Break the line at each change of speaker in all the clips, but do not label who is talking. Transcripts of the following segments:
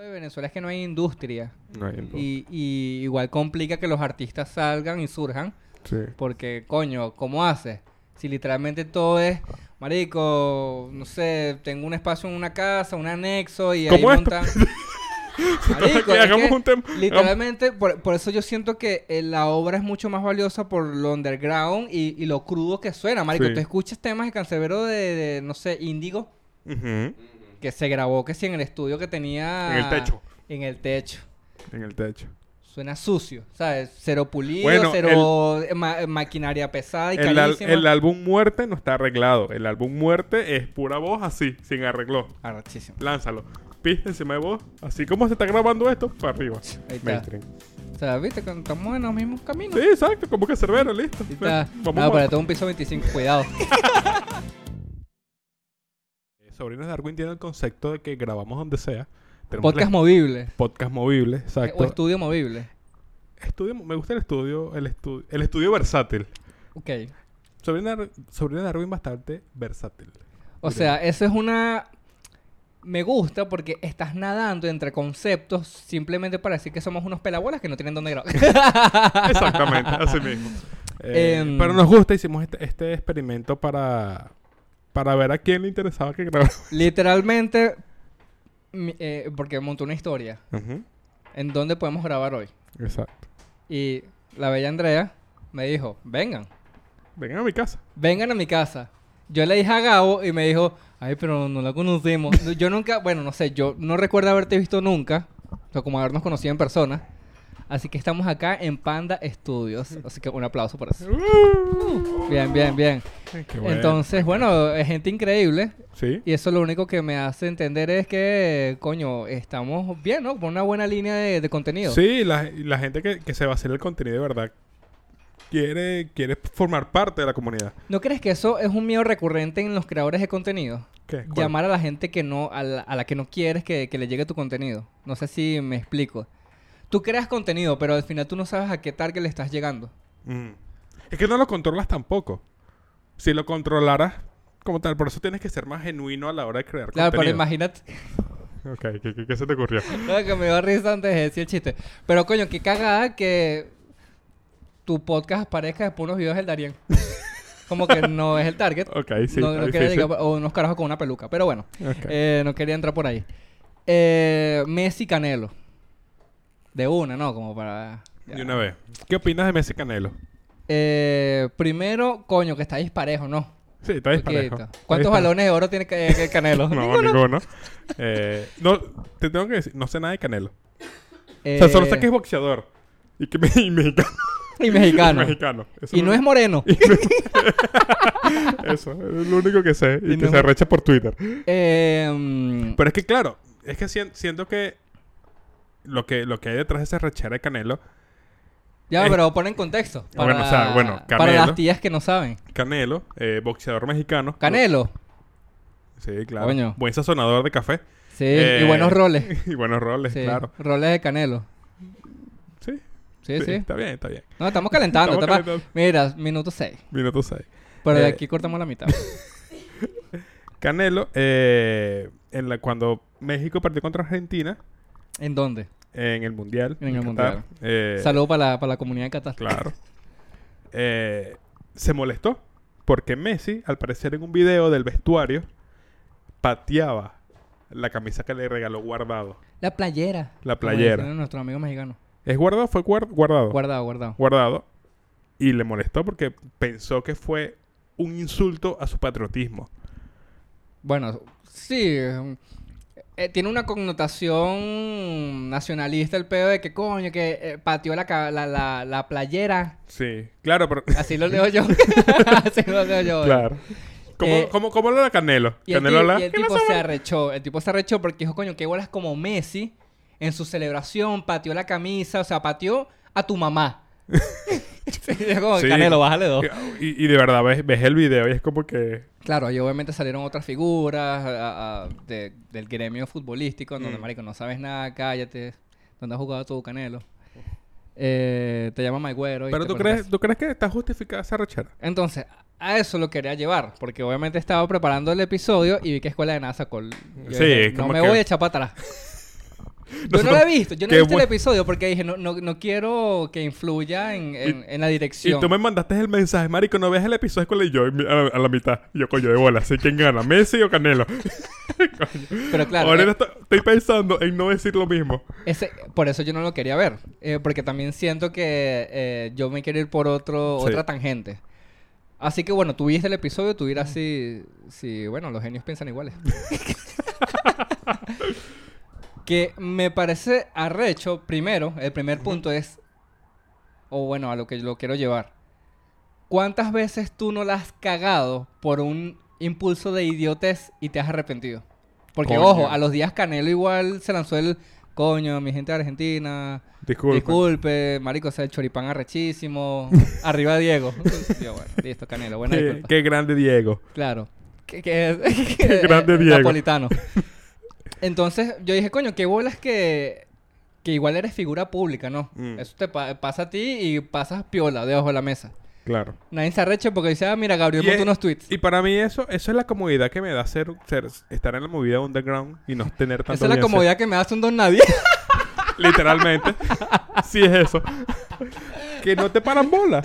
Venezuela es que no hay industria.
No hay impro.
Y, y igual complica que los artistas salgan y surjan.
Sí.
Porque, coño, ¿cómo haces? Si literalmente todo es, marico, no sé, tengo un espacio en una casa, un anexo y ahí
¿Cómo esto?
montan... Marico,
Aquí
es
hagamos
que
un tema.
Literalmente, por, por eso yo siento que eh, la obra es mucho más valiosa por lo underground y, y lo crudo que suena. Marico,
Sí.
tú escuchas temas de Cancerbero de, de, no sé, Índigo,
Ujú.
que se grabó que sí en el estudio que tenía...
En el techo.
En el techo.
Ah. En el techo.
Suena sucio, ¿sabes? Cero pulido,
Bueno,
cero eh, ma- maquinaria pesada y
El, al-
carísima.
el álbum Muerte no está arreglado. El álbum Muerte es pura voz así, sin arreglo.
Ah, Arrechísimo.
Lánzalo. Piste encima de voz. Así como se está grabando esto, para arriba.
Ahí está.
Mainstream.
O sea, viste, Cuando estamos en los mismos caminos.
Sí, exacto. Como que cervera, listo.
Ahí está.
pues, Vamos
Ah,
a-
para todo un piso 25, cuidado.
Eh, Sobrinos de Darwin tiene el concepto de que grabamos donde sea. Tenemos
Podcast
la-
movible.
podcast movible,
eh, O
exacto.
estudio movible.
Estudio- me gusta el estudio, el estudio, el estudio versátil.
Ok.
Sobrinos de, Dar- Sobrinos de Darwin bastante versátil.
O sea, eso es una... Me gusta porque estás nadando entre conceptos simplemente para decir que somos unos pelabolas que no tienen dónde grabar.
Exactamente, así mismo. Eh,
Em.
pero nos gusta, hicimos este, este experimento para, para ver a quién le interesaba que grabara.
Literalmente, mi- eh, porque montó una historia.
Ujú,
¿En dónde podemos grabar hoy?
Exacto.
Y la bella Andrea me dijo, vengan,
Vengan a mi casa.
vengan a mi casa. Yo le dije a Gabo y me dijo, ay, pero no la conocemos. No, yo nunca, bueno, no sé, yo no recuerdo haberte visto nunca, o sea, como habernos conocido en persona. Así que estamos acá en Panda Studios. Así que un aplauso por eso. Uh. Bien, bien, bien.
Qué bueno.
Entonces, bueno, es gente increíble.
Sí,
Y eso lo único que me hace entender es que, coño, estamos bien, ¿no? Con una buena línea de, de contenido.
sí la, la gente que, que se va a hacer el contenido de verdad quiere, quiere formar parte de la comunidad.
¿No crees que eso es un miedo recurrente en los creadores de contenido?
¿Qué? ¿Cuál?
Llamar a la gente que no, a la, a la que no quieres que, que le llegue tu contenido. No sé si me explico. Tú creas contenido, pero al final tú no sabes a qué target le estás llegando.
Mm. Es que no lo controlas tampoco. Si lo controlaras como tal, por eso tienes que ser más genuino a la hora de crear
Claro, pero
contenido.
imagínate.
Ok, ¿qué, qué- qué se te ocurrió?
Claro, que me dio risa antes de decir el chiste. Pero coño, qué cagada que tu podcast aparezca después de unos videos del Darien. Como que no es el target.
Ok, sí.
no, no
está
quería
difícil.
llegar- o unos carajos con una peluca. Pero bueno,
Ok.
eh, no quería entrar por ahí. Eh, Messi Canelo. De una, ¿no? Como para. ya.
De una vez. ¿Qué opinas de Messi Canelo?
Eh, primero, coño, que está disparejo, ¿no?
Sí, está disparejo.
Poquito.
Está
¿Cuántos
disparejo.
balones de oro tiene que, que Canelo?
No, ninguno. Eh, no, te tengo que decir, no sé nada de Canelo.
Eh,
O sea, solo sé que es boxeador. Y que me, y mexicano.
Y mexicano.
Y mexicano. Eso
Y no es moreno.
Eso, es lo único que sé. Y,
Y
que
no-
se arrecha por Twitter.
Eh, mm,
Pero es que, claro, es que sien- siento que lo que, lo que hay detrás de esa rechera de Canelo,
ya,
es-
pero pon en contexto. Para,
eh, Ah, Bueno, o sea, bueno,
Para
Canelo.
las tías que no saben.
Canelo, eh, boxeador mexicano.
Canelo.
Sí, claro.
Coño.
Buen sazonador de café.
Sí,
Eh,
y buenos roles.
y buenos roles,
Sí,
claro.
Roles de Canelo.
Sí,
Sí, sí.
Está bien, está bien.
No, estamos calentando.
Estamos
estamos-
calentando.
Mira, minuto 6.
Minuto 6.
Pero
Eh,
de aquí cortamos la mitad.
Canelo, eh, en la, cuando México perdió contra Argentina
¿En dónde?
en el Mundial.
En el
Qatar,
Mundial.
eh,
Saludo para la, para la comunidad de Qatar.
Claro. Eh, se molestó porque Messi, al parecer en un video del vestuario, pateaba la camisa que le regaló Guardado.
La playera.
La
como
playera. Oh.
dicen Nuestros amigos mexicanos.
¿Es Guardado? o ¿Fue Guar- Guardado?
Guardado, guardado.
Guardado. Y le molestó porque pensó que fue un insulto a su patriotismo.
Bueno, sí. eh, eh, tiene una connotación nacionalista el pedo de que coño, que eh, pateó la, ca- la, la, la playera.
Sí, claro, pero...
Así lo leo yo. Así lo leo yo.
Claro. ¿Cómo,
Eh,
cómo, cómo habla Canelo?
Y el,
Canelo
ti-
habla...
y el
"¿Qué
tipo
pasó,
se
man?".
arrechó. El tipo se arrechó porque dijo, coño, qué bolas como Messi en su celebración, pateó la camisa, o sea, pateó a tu mamá. sí, yo como,
Sí.
Canelo, bájale dos.
Y, y de verdad, ves, ves el video y es como que...
Claro, ahí obviamente salieron otras figuras a- a- de- del gremio futbolístico, en donde,
Mm.
marico, no sabes nada, cállate. ¿Dónde has jugado tú, Canelo? Eh, te llama Maigüero. y
Pero
te
tú
pones
crees, tú crees que está justificada esa rechera.
Entonces, a eso lo quería llevar, porque obviamente estaba preparando el episodio y vi que Escuela de Nada sacó el... yo
Sí,
dije,
es
no
como
me
que-
voy a echar para atrás. Yo no
Nosotros-
la he visto, yo no
qué
he visto el
buen-
episodio porque dije, no, no, no quiero que influya en, en- en la dirección.
Y tú me mandaste el mensaje, marico, no veas el episodio de escuela y yo y- a la, a la mitad. Y yo, coño, de bola. ¿sí? ¿Quién gana? ¿Messi o Canelo?
Pero claro,
Ahora
eh,
esto- estoy pensando en no decir lo mismo.
ese- por eso yo no lo quería ver. eh, porque también siento que eh, yo me quiero ir por otro,
Sí.
otra tangente. Así que bueno, tú viste el episodio, tú dirás si, si, bueno, los genios piensan iguales. que me parece arrecho, primero, el primer punto es, o bueno, a lo que yo lo quiero llevar. ¿Cuántas veces tú no la has cagado por un impulso de idiotez y te has arrepentido? Porque,
Coño.
ojo, a los días Canelo igual se lanzó el coño, mi gente de Argentina.
Disculpe.
Disculpe. marico, o sea, el choripán arrechísimo. Arriba Diego. Yo, bueno, listo, Canelo, buena
Qué,
disculpa.
qué grande Diego.
Claro. Que, que-
grande
eh,
Diego.
Napolitano. Entonces yo dije, coño, qué bolas que, que igual eres figura pública, ¿no?
Mm.
Eso te pa- pasa a ti y pasas piola debajo de la mesa.
Claro.
Nadie se arreche porque dice, ah, mira, Gabriel
Y
montó
es-
unos tweets.
Y para mí eso, eso es la comodidad que me da ser, ser- estar en la movida underground y no tener tanta
Esa es la
audiencia.
comodidad que me hace un don nadie.
Literalmente. sí es eso. que no te paran bola.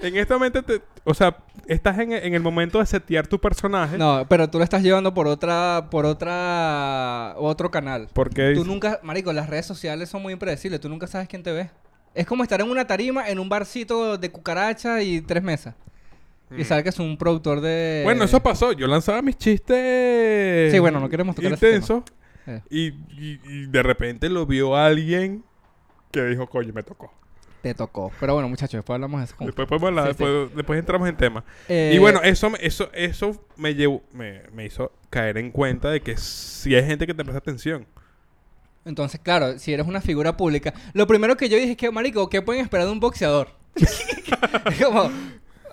En esta mente, te- o sea, estás en, en el momento de setear tu personaje.
no, pero tú lo estás llevando por otra, por otra, otro canal.
Porque
Tú nunca, marico, las redes sociales son muy impredecibles. Tú nunca sabes quién te ve. Es como estar en una tarima, en un barcito de cucaracha y tres mesas. Y saber que es un productor de...
Mm. Bueno, eso pasó. Yo lanzaba mis chistes.
Sí, bueno, no queremos tocar ese
Intensos.
Eh,
Y, y- y de repente lo vio alguien que dijo, coño, me tocó.
te tocó. Pero bueno, muchachos, después hablamos de eso. con-
Después, podemos hablar,
Sí, sí.
después, después entramos en tema.
Eh,
y bueno, eso, me- eso, eso me, llevó, me, me hizo caer en cuenta de que si hay gente que te presta atención.
Entonces, claro, si eres una figura pública... Lo primero que yo dije es que, marico, ¿qué pueden esperar de un boxeador? es como...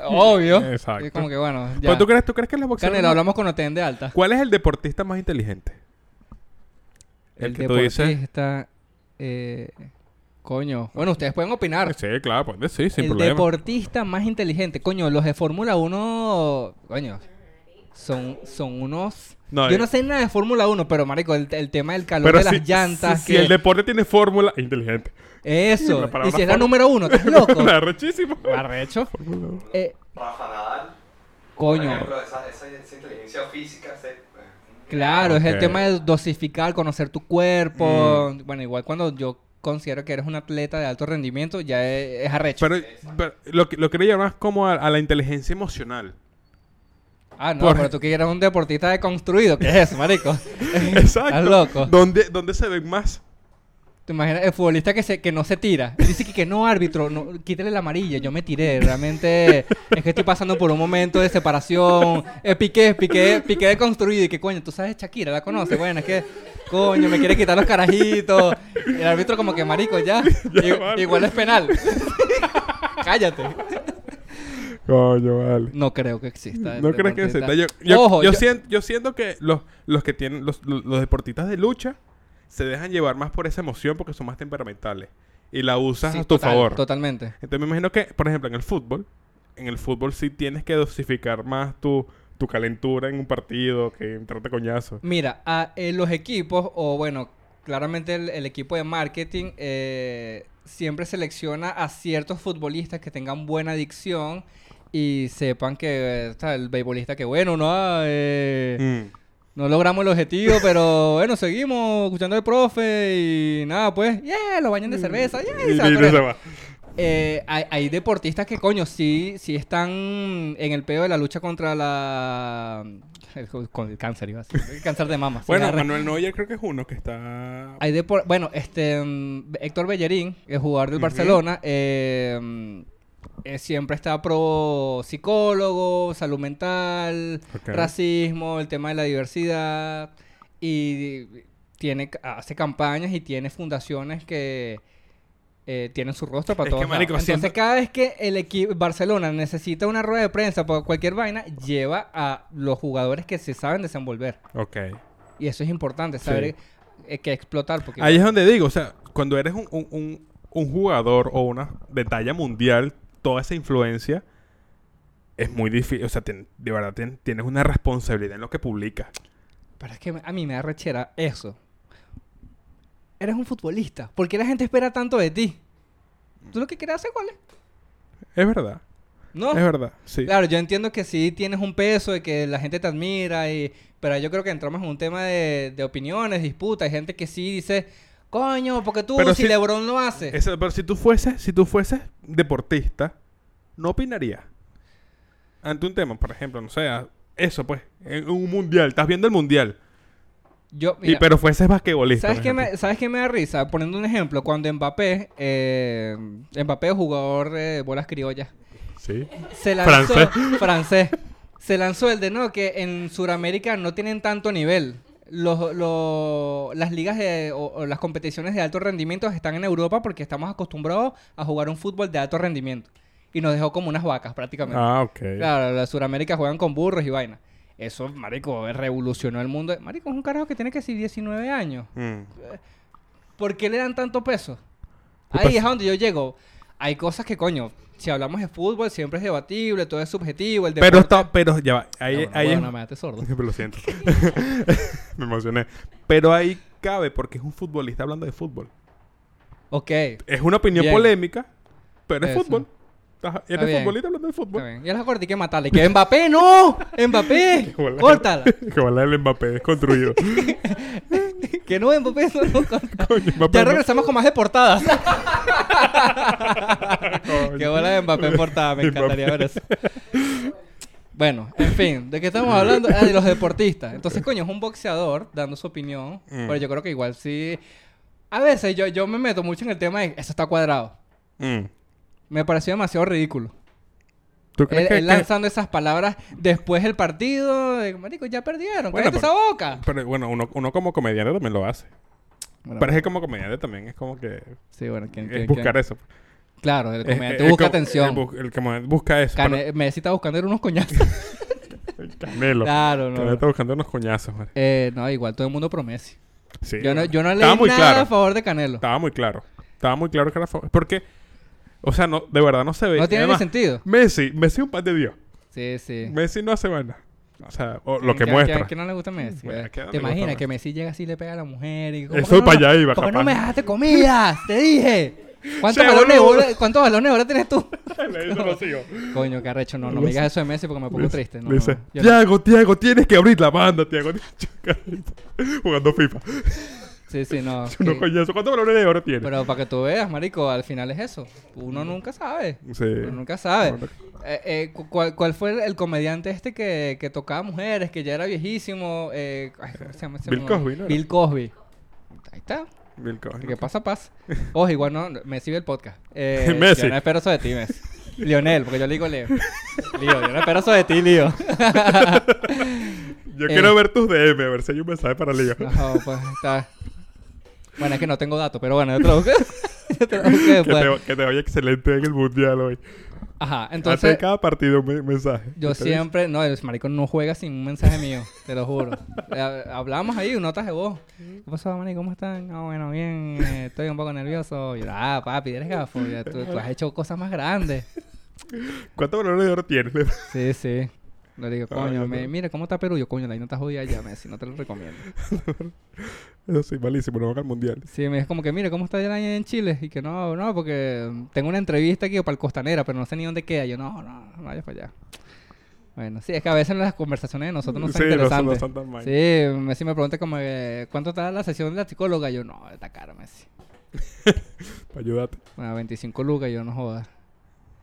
Obvio.
Exacto.
Es como que, bueno, ya.
Pero Pues, tú crees, tú crees que los boxeadores...
Canelo, hablamos con OTN de alta.
¿Cuál es el deportista más inteligente? El, que tú dices...
deportista, eh, coño. Bueno, ustedes pueden opinar.
Sí, claro, pues, sí, sin
el
problema.
deportista más inteligente. Coño, los de Fórmula 1, coño, son, son unos...
No,
Yo
eh.
no sé nada de Fórmula 1, pero, marico, el, el tema del calor
Pero
de
si-
las llantas...
si-
que-
si el deporte tiene fórmula, inteligente.
Eso.
La palabra
Y si es la
fórmula.
número uno, ¿estás loco?
Está rechísimo.
Arrecho. Eh,
Rafa Nadal. Por
coño,
ejemplo, esa, esa- esa inteligencia física. eh. se-
claro, es
Ok. Mm.
el tema de dosificar, conocer tu cuerpo. Bueno, igual cuando yo considero que eres un atleta de alto rendimiento, ya es, es arrecho.
Pero, pero lo, que- lo quería llamar como a, a la inteligencia emocional.
ah, no,
por-
pero tú que eres un deportista deconstruido. ¿Qué es eso, marico? Estás loco.
¿Dónde, dónde se ven más?
¿Te imaginas? El futbolista que, se, que no se tira. Dice que, que no, árbitro, no, quítale la amarilla. Yo me tiré. Realmente es que estoy pasando por un momento de separación. Eh, piqué, piqué, piqué deconstruido. Y que coño, tú sabes Shakira, la conoces. Bueno, es que coño, me quiere quitar los carajitos. El árbitro como que marico, ya.
Ya,
I-
vale.
igual es penal. Cállate.
Coño, vale.
No creo que exista. el
¿No crees que se
deportista.
está? Yo, yo-
Ojo,
yo
yo-
sien- yo siento que los, los que tienen los, los- los deportistas de lucha se dejan llevar más por esa emoción porque son más temperamentales y la usas
sí,
a tu
total,
favor.
Totalmente.
Entonces me imagino que, por ejemplo, en el fútbol, en el fútbol sí tienes que dosificar más tu, tu calentura en un partido que entrarte coñazo.
Mira, a, eh, los equipos, o bueno, claramente el, el equipo de marketing eh, siempre selecciona a ciertos futbolistas que tengan buena adicción y sepan que eh, está el beisbolista que bueno, no, ah, eh,
Mm.
no logramos el objetivo, pero bueno, seguimos escuchando al profe y nada, pues, yeah, lo bañan de cerveza, yeah, y
Mm. Y-
se va
y
corriendo.
se va.
Eh, hay, hay deportistas que, coño, sí, sí están en el peo de la lucha contra la... con el cáncer, iba a decir. El cáncer de mama. sí,
Bueno,
arre.
Manuel Neuer creo que es uno que está...
Hay depor- Bueno, este... mm, Héctor Bellerín, el jugador del
Ujú.
Barcelona, eh, mm, eh, siempre está pro psicólogo, salud mental,
Ok.
racismo, el tema de la diversidad. Y tiene, hace campañas y tiene fundaciones que... eh, tienen su rostro para
Es
todos
que, marico,
lados. Entonces
siento-
cada vez que el equipo Barcelona necesita una rueda de prensa por cualquier vaina, lleva a los jugadores que se saben desenvolver.
Ok.
Y eso es importante, saber eh, que explotar. Porque
Ahí es donde digo, o sea, cuando eres un, un- un- un jugador o una de talla mundial, toda esa influencia es muy difícil. O sea, ten- de verdad ten- tienes una responsabilidad en lo que publicas.
Pero es que a mí me da rechera eso. eres un futbolista. ¿Por qué la gente espera tanto de ti? Tú lo que quieres hacer, ¿cuál es?
Es verdad.
No.
Es verdad. Sí.
Claro, yo entiendo que sí tienes un peso de que la gente te admira, y, pero yo creo que entramos en un tema de, de opiniones, disputas. Hay gente que sí dice, coño, porque tú
Pero
si,
si-
Lebron lo hace.
Esa- pero si tú fueses, si tú fueses deportista, no opinarías. Ante un tema, por ejemplo, no sé, a- eso pues, en un mundial, estás viendo el mundial.
Yo,
y
mira,
pero fueses basquetbolista.
¿sabes,
por
qué
ejemplo.
me, ¿Sabes qué me da risa? Poniendo un ejemplo, cuando Mbappé, eh, Mbappé, jugador de bolas criollas,
Sí.
se lanzó
Francés.
francés. Se lanzó el de no, que en Sudamérica no tienen tanto nivel. Los, los- las ligas de- o, o las competiciones de alto rendimiento están en Europa porque estamos acostumbrados a jugar un fútbol de alto rendimiento. Y nos dejó como unas vacas prácticamente.
Ah, ok.
Claro, las Sudamérica juegan con burros y vaina. Eso, marico, revolucionó el mundo. Marico, es un carajo que tiene que ser 19 años.
Mm.
¿Por qué le dan tanto peso?
¿Qué
Ahí
pasa?
es a donde yo llego. Hay cosas que, coño, si hablamos de fútbol siempre es debatible, todo es subjetivo, el
Pero
deporte...
está, pero ya va. Ahí,
Ah, bueno,
ahí
bueno,
es-
me dejaste sordo.
Pero lo siento. me emocioné. Pero ahí cabe porque es un futbolista hablando de fútbol.
Ok, está
Es una opinión
Bien.
polémica, pero es
Eso.
fútbol. Estás- Eres
bien.
futbolista hablando de fútbol.
bien. Ya las corté que matarle. ¡Que Mbappé, no! ¡Mbappé!
Que bola-
¡Córtala!
Que bola el Mbappé desconstruido.
Que no, Mbappé, no, no, córtala.
Coño, Mbappé
Ya
no-
regresamos con más de portadas.
Coño.
Qué bola de Mbappé en portada, me encantaría ver eso. Bueno, en fin, ¿de qué estamos hablando? Ah, de los deportistas. Entonces, coño, es un boxeador dando su opinión,
Mm.
pero yo creo que igual sí... A veces yo, yo me meto mucho en el tema de, eso está cuadrado.
Mm.
Me pareció demasiado ridículo.
¿Tú crees
Él,
que-
él
que-
lanzando esas palabras después del partido, de, marico, ya perdieron,
Bueno,
cállate
pero-
esa boca.
Pero bueno, uno, uno como comediante también lo hace.
Bueno,
Pero es que como comediante también es como que...
sí, bueno, ¿quién-
es
quién-
buscar
quién?
eso.
Claro, el
Es-
comediante
es
busca
como-
atención.
El, bu- el comediante busca eso.
Cane- Messi está buscando era unos coñazos.
pero- el Canelo.
claro,
Canelo
no.
está buscando unos coñazos, man.
Eh, no, igual todo el mundo pro Messi.
Sí,
Yo no, yo no leí nada
Estaba muy
a
claro.
favor de Canelo.
Estaba muy claro. Estaba muy claro que era... fa- Porque... O sea, no, de verdad no se ve.
No tiene ni
Además,
sentido.
Messi, Messi es un pan de Dios.
Sí, sí.
Messi no hace vaina. O sea, o lo que
¿Qué-
muestra.
qué- qué no le gusta Messi?
Bueno,
Eh,
¿qué no
¿Te
le gusta
imaginas
Messi?
que Messi llega así y le pega a la mujer? Y,
Eso para allá iba,
¿Cómo no
capaz.
me dejaste comida? ¡Te dije! ¿Cuántos
Sí,
balones de
boludo.
bola- cuántos balones de bola tienes tú?
Le dice los hijos.
Coño, carrecho, no, no
Le
me
dice-
digas eso de Messi porque me pongo
Dice-
triste. No,
le dice,
no, yo no.
Tiago, Tiago, tienes que abrir la banda, Tiago. Jugando FIFA.
Sí, sí, no.
Uno
que-
coñazo. ¿Cuántos balones de oro tiene?
Pero para que tú veas, marico, al final es eso. Uno nunca sabe.
Sí.
Uno nunca sabe.
Bueno.
Eh, eh, cu- cuál, cuál fue el- el comediante este que, que tocaba mujeres, que ya era viejísimo? Eh, ay, ¿cómo se llama ese
Bill
nombre?
Cosby, ¿no era?
Bill Cosby. Ahí está.
Bill Cosby.
El que pasa, pasa. Ojo, igual no, no, Messi ve el podcast. Eh,
Messi.
Yo no espero eso de ti, Messi. Lionel, porque yo le digo Leo. Lío, yo no espero eso de ti, Lío.
Yo
Eh.
quiero ver tus DM, a ver si hay un mensaje para Liga.
No, pues está. Bueno, es que no tengo datos, pero bueno, yo te lo busco. yo te lo busco
que, te,
después.
va- que te vaya excelente en el mundial hoy.
Ajá,
Antes
entonces.
de cada partido un me- mensaje.
Yo
Entonces,
siempre, no, el marico no juega sin un mensaje mío, te lo juro. Eh, Hablamos ahí, notas de voz. ¿Qué pasó, Manny? ¿Cómo están? Ah, bueno, bien, eh, estoy un poco nervioso. Y yo, ah, papi, eres gafo, ya tú, tú has hecho cosas más grandes.
¿Cuántos balones de oro tienes?
Sí, sí. Le digo,
Ah,
coño,
yo
me-
no.
mira, ¿cómo está Perú? Yo, coño, la vaina está jodida ya, Messi, no te lo recomiendo.
Eso sí, malísimo, no van al mundial.
Sí, me es como que, mira, ¿cómo está la vaina en Chile? Y que no, no, porque tengo una entrevista aquí para el Costanera, pero no sé ni dónde queda. Yo, no, no, no vayas para allá. Bueno, sí, es que a veces las conversaciones de nosotros no son
Sí, no son- no
interesantes.
son tan mal.
Sí, Messi me pregunta como que, ¿cuánto está la sesión de la psicóloga? Yo, no, está cara, Messi.
Para ayudarte.
Bueno, 25 lucas, yo no joda.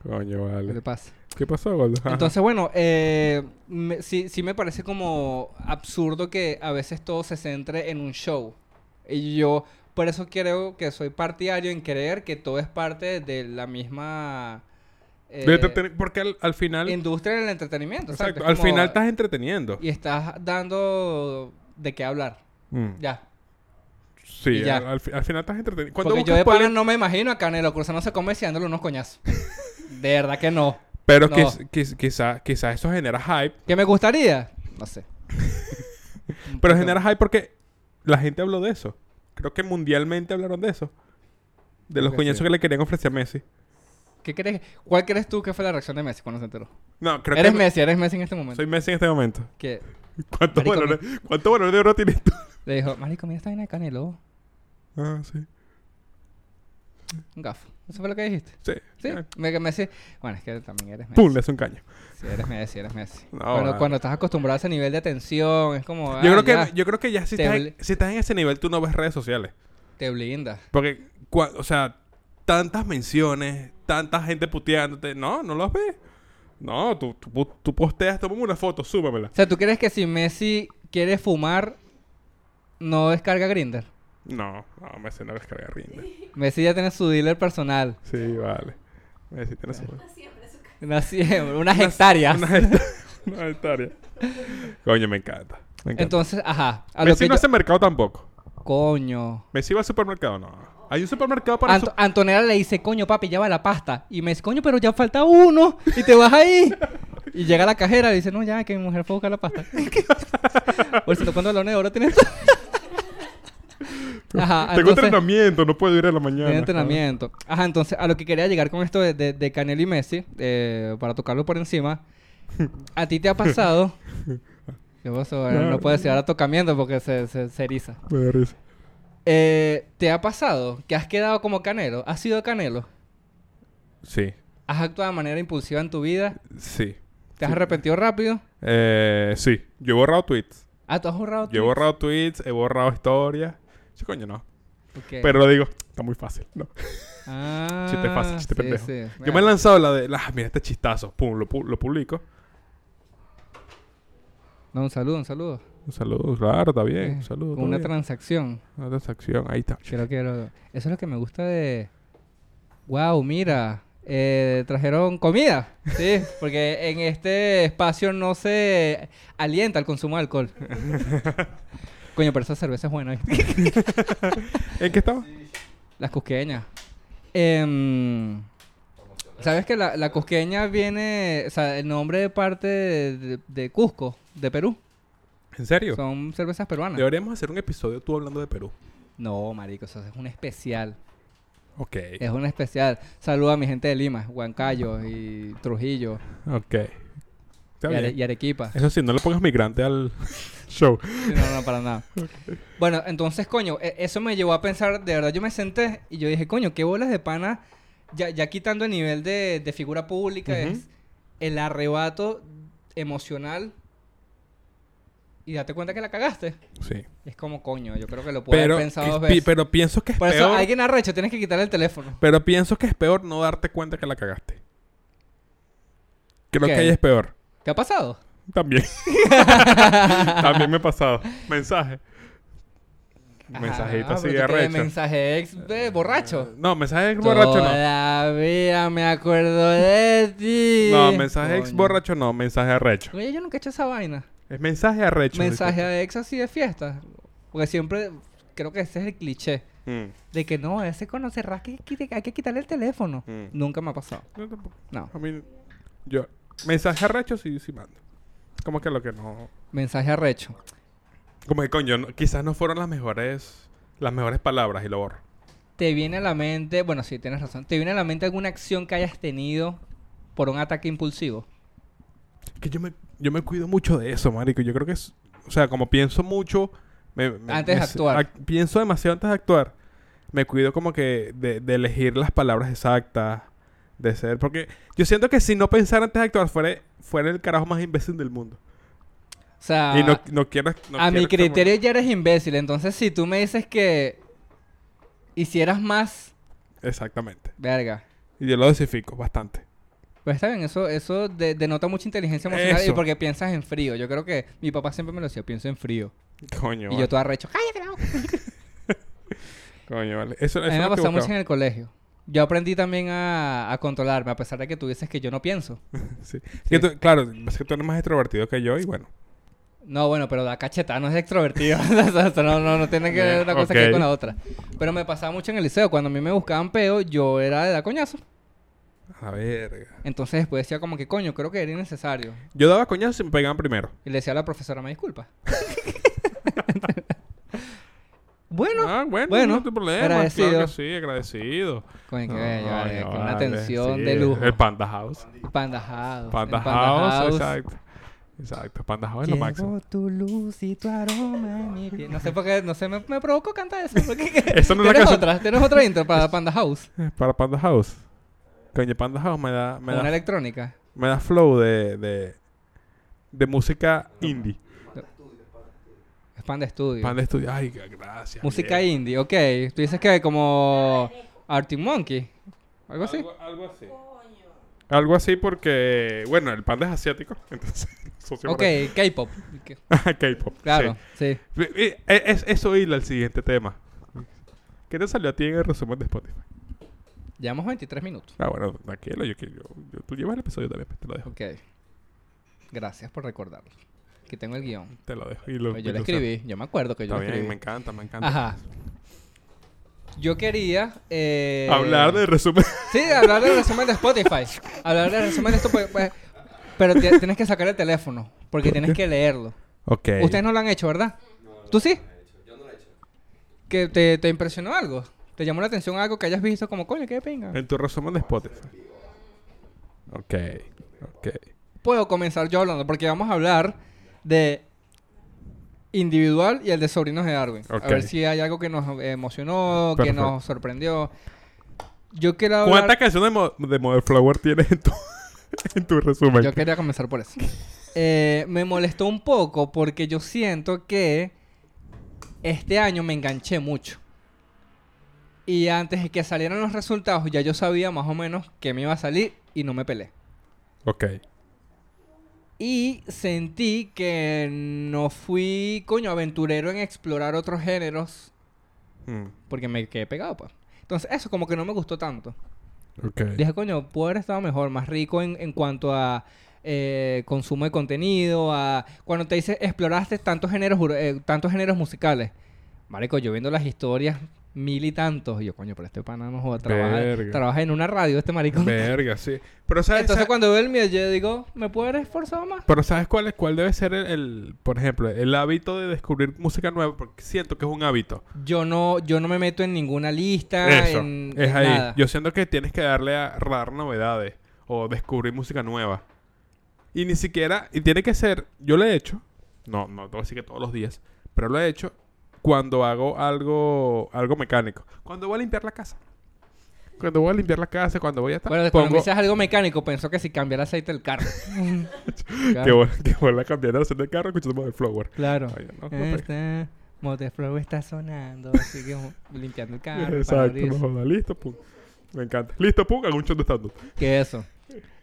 Coño,
¿Qué le
vale.
pasa?
¿Qué pasó, Goldo? Ajá.
Entonces, bueno, eh, me- sí, sí me parece como absurdo que a veces todo se centre en un show. Y yo por eso creo que soy partidario en creer que todo es parte de la misma eh,
De entreten- porque al, al final...
industria del entretenimiento. ¿sabes?
Exacto,
Es
al
como-
final estás entreteniendo.
Y estás dando de qué hablar.
Mm.
Ya.
Sí,
y ya.
Al, al fi- al final estás entretenido. Cuando
Porque yo de
buscas
pana
pole-
no me imagino a Canelo cruzándose con Messi dándole unos coñazos. de verdad que no.
Pero
no.
quizás quizá, quizá eso genera hype.
¿Qué me gustaría? No sé. Un
Pero
poco-
genera hype porque la gente habló de eso. Creo que mundialmente hablaron de eso. De los
que
coñazos
sí.
que le querían ofrecer a Messi.
¿Qué crees? ¿Cuál crees tú que fue la reacción de Messi cuando se enteró?
No, creo
eres
que...
Messi, eres Messi en este momento.
Soy Messi en este momento.
Que
¿Cuántos
Marico,
balones, ¿cuántos balones de oro tienes tú?
le dijo, marico, mira esta vaina de Canelo.
Ah, sí.
Un gafo. ¿Eso fue lo que dijiste?
Sí.
Sí.
Ah,
Me, que Messi. Bueno, es que también eres Messi.
Pum, le hace un caño.
Si eres Messi, eres Messi.
No,
cuando,
vale.
cuando estás acostumbrado a ese nivel de atención, es como.
Yo,
ah,
creo que,
ya,
yo creo que ya si
Te
estás,
bl-
en, si estás en ese nivel tú no ves redes sociales.
Te blindas.
Porque, cua- o sea, tantas menciones, tanta gente puteándote. No, no los ves. No, tú, tú, pu- tú posteas, tómame una foto, súbamela.
O sea, ¿tú crees que si Messi quiere fumar, no descarga Grinder?
No, no, Messi no descarga rinde.
Messi ya tiene su dealer personal.
Sí, vale. Messi tiene su...
Siempre su cara.
Una sie- unas hectáreas.
Una hecta- una hectárea. Coño, me encanta. Me encanta.
Entonces, ajá. A lo
Messi
que
no
yo-
hace mercado tampoco.
Coño.
Messi va al supermercado, no. Hay un supermercado para...
Anto- Antonella le dice, coño, papi, ya va la pasta. Y me dice, coño, pero ya falta uno. Y te vas ahí. Y llega la cajera y dice, no, ya, que mi mujer fue a buscar la pasta. Por cierto, ¿cuántos balones de oro tienes tú? Ajá,
Tengo
entonces,
entrenamiento, no puedo ir a la mañana.
tiene entrenamiento. Ajá, entonces, a lo que quería llegar con esto de, de, de Canelo y Messi, eh, para tocarlo por encima, ¿a ti te ha pasado? ¿Qué pasó? Bueno, no puedo decir ahora tocamiento porque se, se, se eriza.
Ah, me da risa.
Eh, ¿Te ha pasado que has quedado como Canelo? ¿Has sido Canelo?
Sí,
¿Has actuado de manera impulsiva en tu vida?
sí.
¿Te has arrepentido rápido?
Eh, sí, yo he borrado tweets.
Ah, ¿tú has borrado
Yo he borrado tweets, he borrado historias. Sí, coño, no.
tweets? Ok.
Pero digo, está muy fácil. No.
Ah,
Chiste fácil, chiste
sí,
pendejo.
sí.
Yo me he
Bueno,
lanzado la de, ah, mira este chistazo. Pum, lo, pu- lo publico.
No, un saludo, un saludo.
Un saludo, claro, está bien. Un
Eh,
saludo.
con
está
una
bien.
transacción.
Una transacción, ahí está.
Creo que lo- eso es lo que me gusta de... Wow, mira. eh, trajeron comida. Sí, porque en este espacio no se alienta el consumo de alcohol. Coño, pero esa cerveza es buena. ¿viste?
¿En qué estaba?
Las cusqueñas. Em, ¿Sabes que la, la cusqueña viene, o sea, el nombre de parte de, de- de Cusco, de Perú?
¿En serio?
Son cervezas peruanas.
Deberíamos hacer un episodio tú hablando de Perú.
No, marico, eso es un especial.
Ok.
Es un especial. Saluda a mi gente de Lima, Huancayo y Trujillo
Ok.
y,
Está
Are-
bien.
y Arequipa.
Eso sí, no le pongas migrante al show.
Sí, No, no, para nada. Bueno, entonces, coño, e- eso me llevó a pensar, de verdad, yo me senté y yo dije, coño, qué bolas de pana, ya, ya quitando el nivel de, de figura pública,
Ujú.
es el arrebato emocional y date cuenta que la cagaste.
Sí.
Es como, coño, yo creo que lo puedo
Pero,
haber pensado dos
que- pi-
veces.
pero pienso que es
Por eso,
peor.
alguien arrecho, tienes que quitarle el teléfono.
Pero pienso que es peor no darte cuenta que la cagaste. Creo
Ok.
que ahí es peor.
¿Te ha pasado?
También. También me he pasado. Mensaje. Mensajito
Ajá,
así
Ah, pero tú que
arrecho.
Mensaje ex de borracho.
No, mensaje ex borracho no.
Todavía me acuerdo de ti.
No, mensaje ex
Coño.
borracho no, mensaje arrecho.
Oye, yo nunca he hecho esa vaina.
Es mensaje arrecho.
Mensaje a ex así de fiesta. Porque siempre creo que ese es el cliché.
Mm,
De que no, ese conocerás que hay que quit- hay que quitarle el teléfono.
Mm.
Nunca me ha pasado.
no, tampoco.
No.
A mí, yo, mensaje arrecho sí, sí mando. Como que lo que no...
Mensaje arrecho.
Como que coño, no- quizás no fueron las mejores, las mejores palabras y lo borro.
¿Te viene a la mente, bueno, sí, tienes razón. ¿Te viene a la mente alguna acción que hayas tenido por un ataque impulsivo?
que yo me, yo me cuido mucho de eso, marico. Yo creo que es... O sea, como pienso mucho... me- me-
Antes de
me-
actuar.
ac- pienso demasiado antes de actuar. Me cuido como que de, de elegir las palabras exactas. De ser... Porque yo siento que si no pensara antes de actuar fuera, fuera el carajo más imbécil del mundo.
O sea,
y no, no quiero... no
Ah, a mi
quiero como-
criterio ya eres imbécil. Entonces, si tú me dices que hicieras más,
Exactamente.
verga.
Y yo lo desifico bastante.
Pues está bien, eso, eso de- denota mucha inteligencia emocional y
Eso.
porque piensas en frío. Yo creo que mi papá siempre me lo decía, pienso en frío. y
Coño, vale.
yo todo arrecho, cállate la boca".
Coño, vale. Eso, eso
A mí
es
me
lo que
pasó mucho en
buscaba.
el colegio. Yo aprendí también a, a controlarme, a pesar de que tú dices que yo no pienso.
Sí. Que tú- claro, es que tú eres más extrovertido que yo y bueno.
No, bueno, pero la cachetada no es extrovertido. O sea, eso no, no, no tiene que ver una cosa que ver
Ok.
con la otra. Pero me pasaba mucho en el liceo. Cuando a mí me buscaban peo, yo era de la coñazo.
A verga.
Entonces después decía como que, coño, creo que era innecesario.
Yo daba coñazo y me pegaban primero.
Y le decía a la profesora, me disculpa. bueno.
Ah, bueno,
Bueno,
no hay problema.
agradecido.
Claro que sí, agradecido.
Coño, qué
No,
bello, vale,
coño,
que una
vale,
atención
sí,
de lujo.
El Panda House.
Panda House.
Panda
el
House, exacto. Exacto, Panda Java es lo máximo.
tu luz y tu aroma en mi piel. No sé por qué, no sé, me, me provocó cantar eso. porque-
Eso no es
¿Tienes
la canción.
otra? ¿Tienes otra intro para Panda House?
Eh, Para Panda House. Coño, Panda House me da, me
Una
da,
electrónica.
me da flow de, de, de música indie.
Es Panda Studio.
Panda Studio. Ay, gracias.
Música
bien.
indie, ok. Tú dices que como Arctic Monkey. Algo así.
Algo, algo así. Algo así porque, bueno, el panda es asiático, entonces socio
Ok,
para-
K-pop.
K-pop. sí.
Claro, sí.
Y- y- e, Es, eso hila al siguiente tema. ¿Qué te salió a ti en el resumen de Spotify?
Llevamos 23 minutos.
Ah, bueno, tranquilo, yo, que- yo, yo- tú llevas el episodio también, pues, te lo dejo.
Ok. Gracias por recordarlo. Aquí tengo el guión.
Te lo dejo. y lo-
Yo lo
y uso.
escribí, yo me acuerdo que yo
Está
lo
bien,
escribí.
me encanta, me encanta.
Ajá. Yo quería... eh,
Hablar del resumen.
Sí, hablar del resumen de Spotify. Hablar del resumen de esto, pues, pues, pero ti- tienes que sacar el teléfono, porque tienes que leerlo.
ok.
Ustedes no lo han hecho, ¿verdad? ¿Tú sí? ¿Que te, te impresionó algo? ¿Te llamó la atención algo que hayas visto como, coño, qué pinga?
En tu resumen de Spotify. Ok, ok.
Puedo comenzar yo hablando, porque vamos a hablar de individual y el de sobrinos de Darwin.
Ok.
A ver si hay algo que nos eh, emocionó, que
Perfecto.
nos sorprendió. Yo quiero hablar...
¿Cuántas canciones de, Mo- de Modern Flower tienes en tu, en tu resumen?
Yo quería comenzar por eso. Eh, me molestó un poco porque yo siento que este año me enganché mucho. Y antes de que salieran los resultados, ya yo sabía más o menos que me iba a salir y no me pelé.
Ok.
Y sentí que no fui, coño, aventurero en explorar otros géneros
Mm,
porque me quedé pegado, pues. Entonces, eso como que no me gustó tanto.
ok.
Dije, coño, puedo haber estado mejor, más rico en, en cuanto a eh, consumo de contenido, a... Cuando te dice, exploraste tantos géneros, ur- eh, tantos géneros musicales. Marico, yo viendo las historias, mil y tantos. Y yo, coño, pero este pana no joda, trabaja,
Verga.
trabaja en una radio este marico.
Verga, sí. Pero ¿sabes,
Entonces,
sabes-
cuando veo el mío, yo digo, ¿me puedo haber esforzado más?
pero ¿sabes cuál, es- cuál debe ser el, el- por ejemplo, el hábito de descubrir música nueva? Porque siento que es un hábito.
Yo no, yo no me meto en ninguna lista,
Eso,
Ah, en,
es
en
ahí.
nada.
Yo siento que tienes que darle a radar novedades o descubrir música nueva. Y ni siquiera, y tiene que ser, yo lo he hecho, no, no te voy a decir que todos los días, pero lo he hecho cuando hago algo, algo mecánico. Cuando voy a limpiar la casa. Cuando voy a limpiar la casa, cuando voy a estar...
Bueno, cuando me dices algo mecánico, pensó que si cambiara aceite el carro.
que
Claro.
voy, que voy a cambiar el aceite del carro escuchando el flower.
Claro.
Ay, no, no
Eh, Esta Motorflow está sonando, así que mo- limpiando el carro.
Exacto,
para
no joda. Listo, pum. Me encanta. Listo, pum, hago un show de stand-up.
Que eso.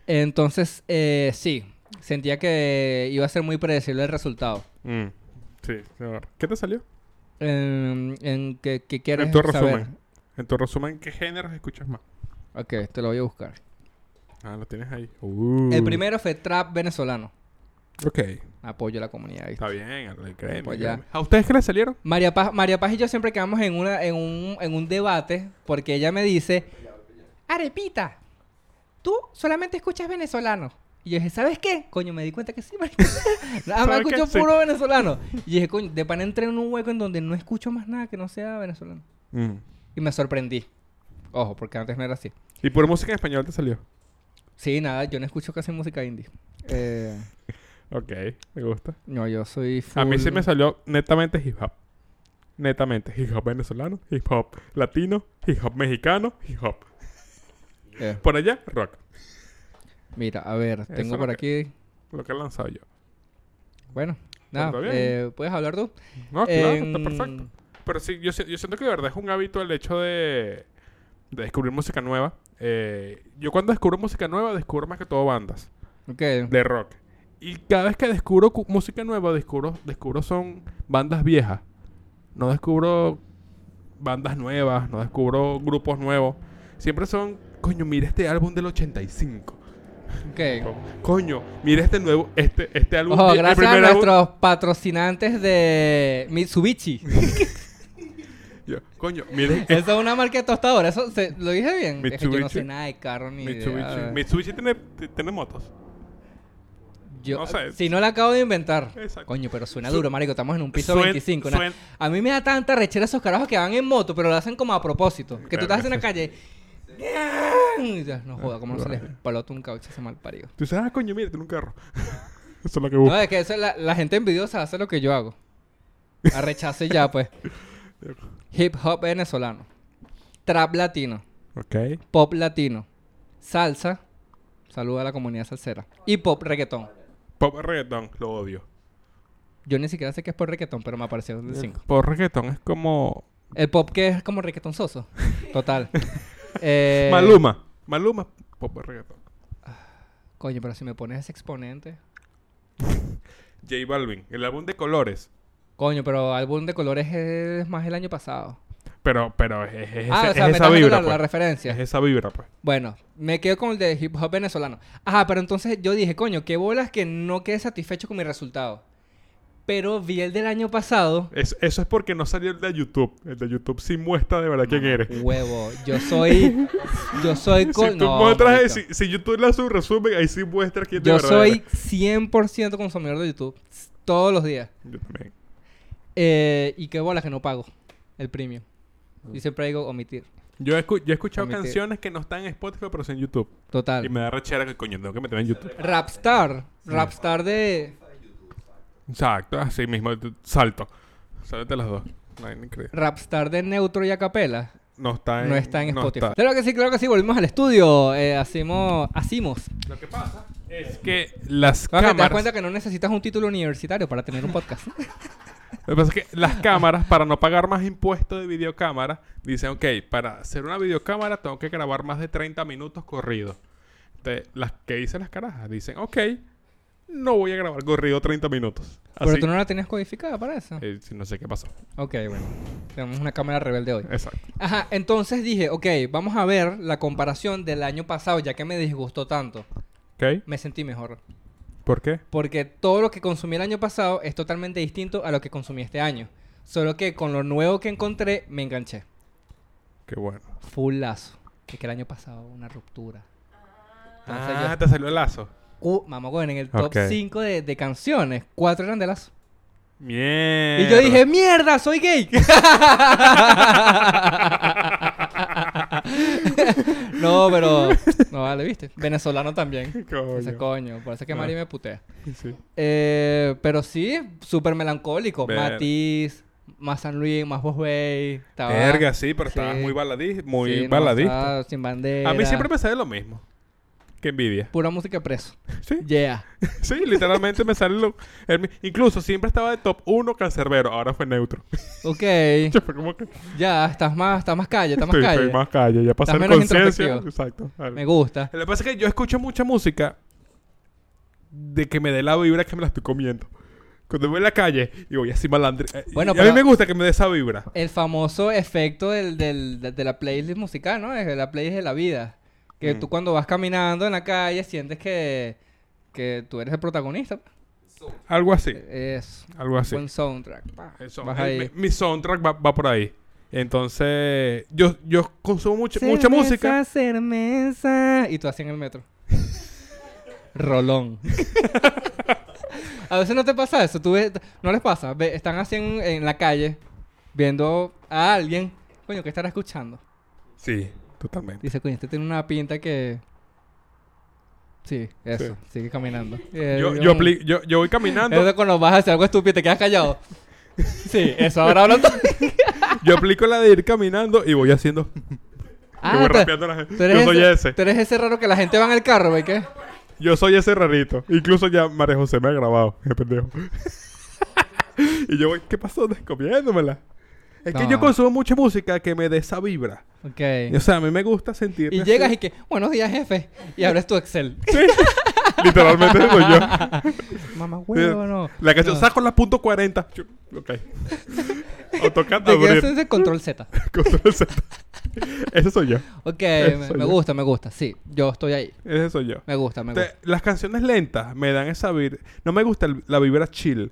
Entonces, eh, sí, sentía que iba a ser muy predecible el resultado.
Mm. Sí, señor. ¿Qué te salió?
En, Em, en que, que quieres
En tu
saber.
resumen. En tu resumen, ¿qué géneros escuchas más?
Ok, te lo voy a buscar.
Ah, lo tienes ahí.
El primero fue trap venezolano.
Ok.
Apoyo a la comunidad. ¿viste?
Está bien, le créeme,
Pues
créeme.
ya.
¿A ustedes qué les salieron?
María Paz, María Paz y yo siempre quedamos en, una, en, un, en un debate porque ella me dice, Arepita, tú solamente escuchas venezolano. Y yo dije, ¿sabes qué? Coño, me di cuenta que sí, marico. Nada más
¿Sabes qué?
escucho
Sí.
puro venezolano. Y dije, coño, de pan entré en un hueco en donde no escucho más nada que no sea venezolano.
Mm.
Y me sorprendí. Ojo, porque antes no era así.
¿Y por música en español te salió?
Sí, nada, yo no escucho casi música indie. Eh,
Ok, me gusta.
no, yo soy
A mí sí
full-
me salió netamente hip hop. Netamente. Hip hop venezolano, hip hop latino, hip hop mexicano, hip hop.
Eh,
Por allá, rock.
mira, a ver,
Eso
tengo
es
por
lo
aquí...
Lo que he lanzado yo.
Bueno, nada,
está bien.
eh, puedes hablar tú.
No, Ah, claro, está
Em,
perfecto. Pero sí, yo, si- yo siento que de verdad es un hábito el hecho de, de descubrir música nueva. Eh, yo cuando descubro música nueva, descubro más que todo bandas
Ok,
de rock. Y cada vez que descubro cu- música nueva, descubro, descubro son bandas viejas. No descubro bandas nuevas, no descubro grupos nuevos. Siempre son, coño, mira este álbum del 85.
ok.
Coño, mira este nuevo, este, este álbum.
Ojo,
el
gracias a
primer álbum-
nuestros patrocinantes de Mitsubishi.
Yo, Coño, mira
Esa es una marca de tostadora. Eso se- lo dije bien. Es que yo no
Mitsubishi.
sé nada de carro ni
Mitsubishi.
idea.
Mitsubishi tiene, t- tiene motos.
Yo-
no sé.
Si no la acabo de inventar.
Exacto.
Coño, pero suena
Su-
duro, marico. Estamos en un piso
suen-
25. na-
suen-
A mí me da tanta rechera esos carajos que van en moto, pero lo hacen como a propósito. Que tú
Verga.
estás en la calle. y ya, No joda, cómo no se les palota un caucho ese mal parido.
Tú sabes, ah, coño, mira, tiene un carro. Eso es lo que
No,
busco.
es que eso, la, la gente envidiosa hace lo que yo hago. A rechace ya, pues. Hip hop venezolano. Trap latino.
Ok.
Pop latino. Salsa. Saluda a la comunidad salsera. Y pop reggaetón.
Pop reggaetón, lo odio.
Yo ni siquiera sé qué es pop reggaetón, pero me apareció el 5.
Pop reggaetón es como.
El pop que es como reggaetón soso. Total. Eh,
Maluma. Maluma, pop reggaetón.
Coño, pero si me pones ese exponente.
J Balvin, el álbum de colores.
Coño, pero álbum de colores es más el año pasado.
Pero, pero es, es- es-
ah, o sea, me
es esa
estás dando
vibra.
la, la
pues.
referencia.
es esa vibra, pues.
Bueno, me quedo con el de hip hop venezolano. Ajá, pero entonces yo dije, coño, qué bolas que no quedé satisfecho con mi resultado. Pero vi el del año pasado.
Es- eso es porque no salió el de YouTube. El de YouTube sí muestra de verdad
Ah,
quién eres.
Huevo, yo soy. Yo soy.
Si
con-
tú
no,
muestras,
marico.
si, si YouTube le hace un resumen, ahí sí muestra quién de
Yo
verdad
soy
eres.
100% consumidor de YouTube. s- Todos los días.
Yo también.
Eh, y qué bolas que no pago el premium. Y siempre digo omitir.
Yo, he escu- yo he escuchado
Omitir.
canciones que no están en Spotify, pero sí en YouTube. Y
Total.
me da rechera que coño, tengo que meterme en YouTube.
Rapstar. Rapstar de.
Exacto, así mismo. tú- Salto. Sálvete las dos. No hay ni creer.
Rapstar de Neutro y Acapela.
No está en,
No está en
no
Spotify.
está.
Claro que sí, claro que sí. Volvimos al estudio. Eh, hacemos, hacimos.
Lo que pasa es que las
Claro que te das
cámaras.
cuenta que no necesitas un título universitario para tener un podcast.
Lo que pasa es que las cámaras, para no pagar más impuestos de videocámara, dicen, ok, para hacer una videocámara tengo que grabar más de 30 minutos corridos. Entonces, las que dicen las carajas dicen, ok, no voy a grabar corrido 30 minutos.
Pero
Así,
tú no la tenías codificada para eso.
eh, Ah, sí, no sé qué pasó.
Ok, bueno. Tenemos una cámara rebelde hoy.
Exacto.
Ajá, entonces dije, ok, vamos a ver la comparación del año pasado, ya que me disgustó tanto.
¿Ok?
Me sentí mejor.
¿Por qué?
Porque todo lo que consumí el año pasado es totalmente distinto a lo que consumí este año. Solo que con lo nuevo que encontré, me enganché.
Qué bueno.
Full lazo. Es que el año pasado hubo una ruptura. Entonces
Ah,
yo-
te salió el lazo.
Uh, mamá, bueno, en el top
Ok.
5 de, de canciones, cuatro eran de lazo.
Mierda.
Y yo dije, mierda, soy gay. no, pero... No, vale, viste. Venezolano también.
Coño.
Ese coño. Por eso es que
Ah.
Mari me putea.
Sí.
Eh, pero sí, súper melancólico.
Ver-
Matiz, más San Luis, más Bosway. estaba-
Verga, sí, pero
Sí.
estabas muy baladista. Muy
sí, no,
baladista.
estaba sin bandera.
A mí siempre me sale lo mismo. Qué envidia.
Pura música preso.
Sí.
Yeah.
Sí, literalmente me sale lo... el mi- incluso siempre estaba de top 1 cancerbero, ahora fue neutro.
Ok.
Yo fue como que
ya, estás más, estás más calle, estás más
estoy,
calle.
estoy más calle, ya pasé
Estás
el
menos
conciencia.
introspectivo.
Exacto. claro.
Me gusta.
Lo que pasa es que yo escucho mucha música de que me dé la vibra que me la estoy comiendo. Cuando voy en la calle y voy así malandre. eh,
Bueno,
y a
pero-
mí me gusta que me dé esa vibra.
El famoso efecto del, del- de, de la playlist musical, ¿no? Es la playlist de la vida. Que
Mm.
tú cuando vas caminando en la calle sientes que, que tú eres el protagonista.
Algo así.
Eh, Es
Algo así.
buen soundtrack. pa,
El son-
vas
el-
ahí.
mi, mi soundtrack va, va por ahí. Entonces, yo, yo consumo mucha, mucha música.
Cerveza, cerveza. Y tú así en el metro. Rolón. a veces no te pasa eso. Tú ves- no les pasa. Ve- están así en, en la calle viendo a alguien. Coño, ¿qué estará escuchando?
Sí, totalmente.
Dice, coño, este tiene una pinta que... Sí, eso. Sigue caminando. Eh,
Yo, yo, apli- yo, yo voy caminando.
Eso cuando vas a hacer algo estúpido y te quedas callado. sí, eso ahora hablando...
Yo aplico la de ir caminando y voy haciendo. yo voy
tú-
rapeando a la gente.
Ah, tú eres
Yo soy
ese-
ese.
Tú eres ese raro que la gente va en el carro, ¿ve qué?
Yo soy ese rarito. Incluso ya María José me ha grabado. Qué pendejo. y yo voy, ¿qué pasó? Descomiéndomela. Es que
No.
yo consumo mucha música que me dé esa vibra.
Ok.
O sea, a mí me gusta sentir.
Y llegas y que, buenos días, jefe. Y abres tu Excel.
Literalmente soy yo.
Mamá, huevo, no.
La canción
No.
saco la punto 40. Yo, ok. Autocat
Te quedas
abrir.
en ese control Z.
Control Z. ese soy yo.
Ok,
Eso
me,
ya.
me gusta, me gusta. Sí, yo estoy ahí.
Ese soy yo.
Me gusta, me
Te-
gusta.
las canciones lentas me dan esa vibra. No me gusta el- la vibra chill.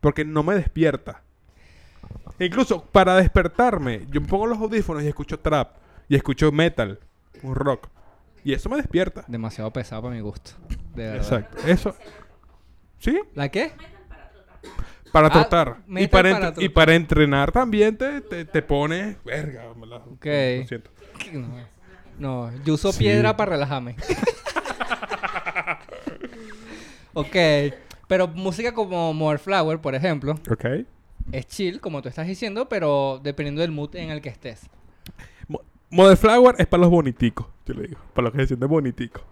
Porque no me despierta. E Incluso para despertarme, yo pongo los audífonos y escucho trap. Y escucho metal. Un rock. Y eso me despierta.
Demasiado pesado para mi gusto. De verdad.
Exacto. Eso. ¿Sí?
¿La qué?
Para
Ah,
trotar. y,
metal
para
para
entre- y
trotar.
para entrenar también te, te, te pones. Verga. me la- Lo siento.
No. No, yo uso
Sí.
piedra para relajarme. ok. Pero música como More Flower, por ejemplo,
Ok.
es chill, como tú estás diciendo, pero dependiendo del mood en el que estés.
Mo- Model Flower es para los boniticos, yo le digo. Para los que se sienten boniticos.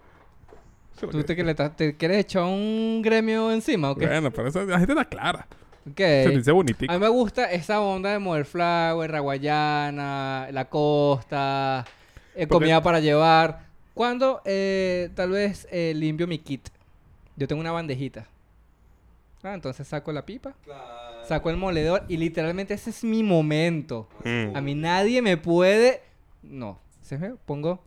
¿Tú te, que le estás- te quieres echar un gremio encima o qué?
Bueno, pero eso- la gente está clara.
Ok.
Se dice
A
bonitico.
mí me gusta esa onda de Model Flower, la Guayana, la costa, eh,
Porque-
comida para llevar. Cuando eh, tal vez eh, limpio mi kit. Yo tengo una bandejita. Ah, entonces saco la pipa,
Claro.
saco el moledor y literalmente ese es mi momento.
Mm.
A mí nadie me puede... No. Se me pongo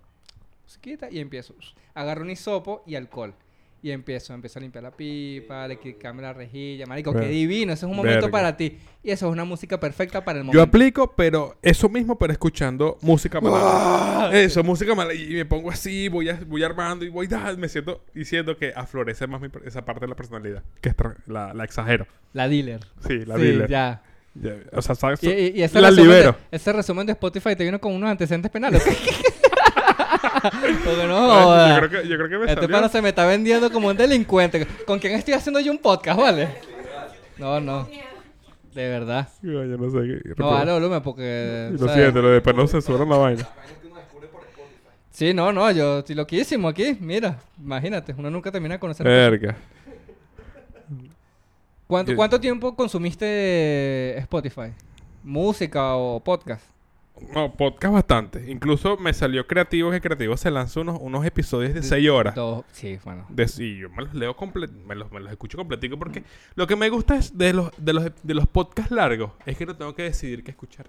musiquita y empiezo. Agarro un hisopo y alcohol. Y empiezo, empiezo a limpiar la pipa, le qui- cambio la rejilla, marico, qué
Ver-
divino, ese es un momento
verga.
para ti. Y eso es una música perfecta para el
Yo
momento.
aplico, pero eso mismo, pero escuchando música
Ah.
mala. Eso, música mala. Y me pongo así, voy, a- voy armando y voy da, me siento diciendo que aflorece más mi per- esa parte de la personalidad, que es tra- la, la exagero.
La dealer.
Sí, la
sí,
dealer.
ya.
Ya, O sea, ¿sabes?
Y, y- y ese
la
resumen de-
libero.
ese resumen de Spotify te vino con unos antecedentes penales. Porque no
Ah,
joda.
yo, creo que, yo creo que me
Este
salió.
pana se me está vendiendo como un delincuente. ¿Con quién estoy haciendo yo un podcast, vale? No, no. De verdad.
Yo, yo no sé. qué-
No vale, volumen, porque...
Lo
¿sabes?
siento, lo de pero no
eh,
censuran la vaina.
Imagínate uno descubre por Spotify.
Sí, no, no, yo estoy loquísimo aquí. Mira, imagínate, uno nunca termina de conocer.
Verga.
¿Cuánto,
Eh, Yo-
cuánto tiempo consumiste Spotify? ¿Música o podcast?
No, podcast bastante. Incluso me salió creativo que creativo se lanza unos, unos episodios de 6 horas.
Dos. Sí, bueno.
De, y yo me los leo completo, me los, me los escucho completico porque lo que me gusta es de los, de los, de los podcasts largos es que no tengo que decidir qué escuchar.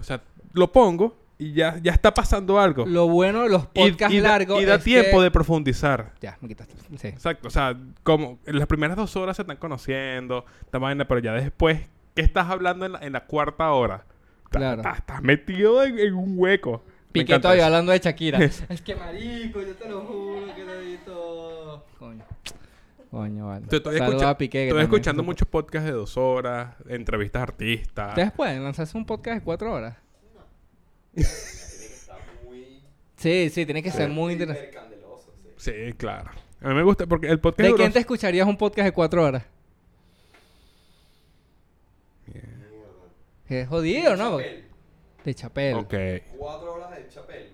O sea, lo pongo y ya, ya está pasando algo.
Lo bueno de los
Y-
podcasts
y da-
largos.
Y da
es
tiempo
que-
de profundizar.
Ya, me quitaste. Sí.
Exacto, o sea, como en las primeras dos horas se están conociendo, esta vaina, pero ya después, ¿qué estás hablando en la, en la cuarta hora? Ta-
Claro.
ta- Estás metido en, en un hueco. Me
Piqué
encanta
todavía
eso.
hablando de Shakira. es que marico, yo te lo juro que lo vi todo. Coño. Coño, vale.
Estoy, estoy
Saluda
escucha-
a Piqué. que
estoy
también
escuchando
es-
muchos podcasts de dos horas, entrevistas a artistas.
Ustedes pueden lanzarse un podcast de cuatro horas.
Está muy.
Sí, sí, tiene que ser muy interesante.
hiper candeloso, sí.
Sí, claro. A mí me gusta porque el podcast
¿De
duró-
quién te escucharías un podcast de cuatro horas? Es jodido, ¿no? Porque-
Chapel.
De Chapel.
Ok,
Cuatro horas de Chapel.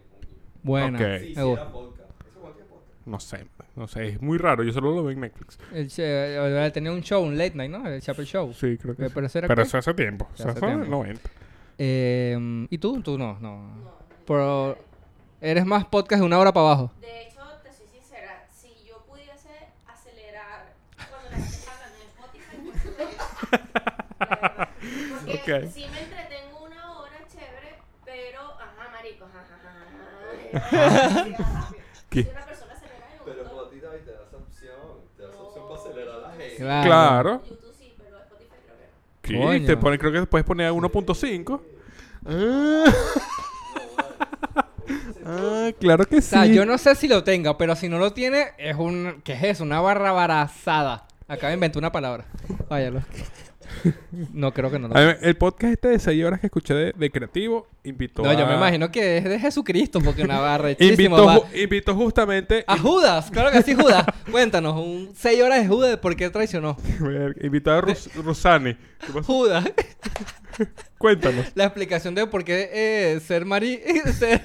Buena.
Ok.
Sí, sí,
Me gusta.
era podcast. Eso cualquier podcast.
no sé, no sé, es muy raro, yo solo lo veo en Netflix.
El che- eh, tenía un show, un late night, ¿no? El Chapel Show.
Sí, creo que
Eh,
sí.
pero eso era qué?
eso hace tiempo, o sea,
Hace
eso en
tiempo.
el 90.
Eh, ¿Y tú? Tú no, no. Pero eres más podcast de una hora para abajo.
De hecho, te soy sincera, si yo pudiese acelerar cuando la gente está hablando en Spotify, pues lo haría. Porque
Ok.
sí me entretengo una hora chévere, pero, ajá, marico, ajá, ajá, ajá.
¿Qué?
Si una persona acelera en
Pero tú
un
a ti David, te da esa opción. Te da esa opción para acelerar a la gente.
Claro.
Claro.
YouTube sí, pero Spotify creo que no.
Sí,
Coño.
te pone- creo que puedes poner a 1.5. Ah, Ah, claro que
O
sí.
sea, yo no sé si lo tenga, pero si no lo tiene, es un... ¿Qué es eso? Una barra barazada. Acá me inventé una palabra. Váyalo. No creo que no lo
A ver, el podcast este de 6 horas que escuché de, de Creativo invitó
No, yo me
a-
imagino que es de Jesucristo, porque una barra rechísima,
ah. Invitó,
va. Ah.
ju- invitó justamente...
A Judas, claro que sí, Judas. Cuéntanos, un seis horas de Judas, ¿por qué traicionó?
Verga, invitó a Rus- Rusani. ¿Qué pasó?
Judas,
Cuéntanos.
la explicación de por qué eh, ser, mari ser,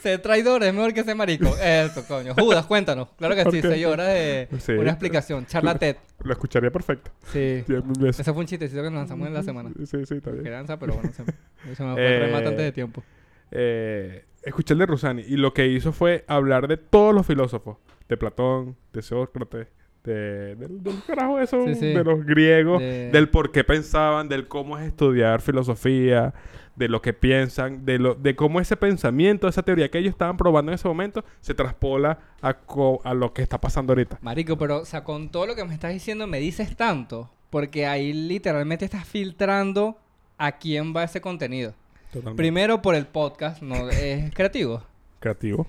ser traidor es mejor que ser marico. Eso, coño. Judas, cuéntanos. Claro que sí,
Ok.
seis horas de
Sí.
una explicación. Charla TED.
Lo escucharía perfecto.
Sí.
Sí, me-
Ese fue un chistecito que nos lanzamos en la semana.
Sí, sí, está bien.
Que lanza, pero bueno, se me, se me fue el remate
Eh,
antes de tiempo.
eh, escuché el de Rusani y lo que hizo fue hablar de todos los filósofos. De Platón, de Sócrates, de, del, del carajo eso,
Sí, sí.
de los griegos,
De-
del por qué pensaban, del cómo es estudiar filosofía, de lo que piensan, de, lo, de cómo ese pensamiento, esa teoría que ellos estaban probando en ese momento, se traspola a, co- a lo que está pasando ahorita.
Marico, pero o sea, con todo lo que me estás diciendo me dices tanto, porque ahí literalmente estás filtrando a quién va ese contenido.
Totalmente.
Primero por el podcast, no es creativo.
Creativo.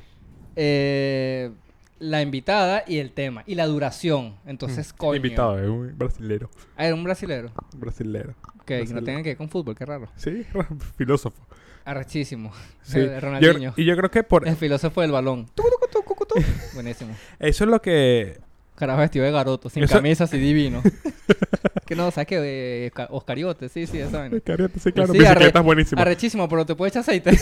Eh, la invitada y el tema y la duración. Entonces, coño.
Invitado, es un brasilero.
Ah, era un brasilero.
Brasilero.
Que no
Brasilero.
tenga que ver con fútbol, qué raro.
Sí, filósofo.
Arrechísimo.
Sí.
Eh,
Yo-
Ronaldinho.
y yo creo que por
El filósofo del balón. Buenísimo.
eso es lo que
Carajo vestido de garoto, sin
Eso-
camisa, así divino. que no, ¿sabes qué? Eh, ca- Oscariote, sí, sí, esa vaina.
Cállate, sí, claro.
Sí, arre-
bicicleta es buenísima.
Arrechísimo, pero te puedes echar aceite.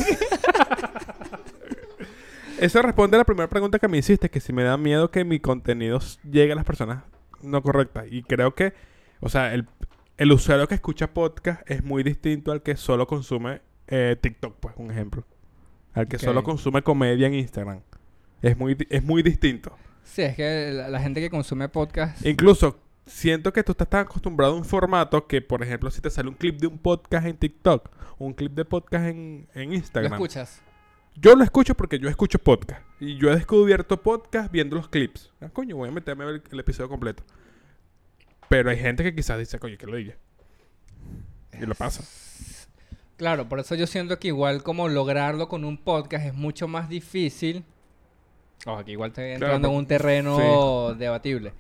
Eso responde a la primera pregunta que me hiciste, que si me da miedo que mi contenido s- llegue a las personas no correctas. Y creo que, o sea, el, el usuario que escucha podcast es muy distinto al que solo consume eh, TikTok, pues, un ejemplo. Al que
Ok.
solo consume comedia en Instagram. Es muy, di- es muy distinto.
sí, es que la, la gente que consume podcast.
Incluso siento que tú estás tan acostumbrado a un formato que, por ejemplo, si te sale un clip de un podcast en TikTok, un clip de podcast en, en
Lo
Instagram.
escuchas.
Yo lo escucho porque yo escucho podcast. Y yo he descubierto podcast viendo los clips. Ah, coño, voy a meterme a ver el episodio completo. Pero hay gente que quizás dice, coño, que lo diga. Y lo pasa.
Este Claro, por eso yo siento que igual como lograrlo con un podcast es mucho más difícil. Ojo, aquí igual estoy entrando en
por-
un terreno debatible.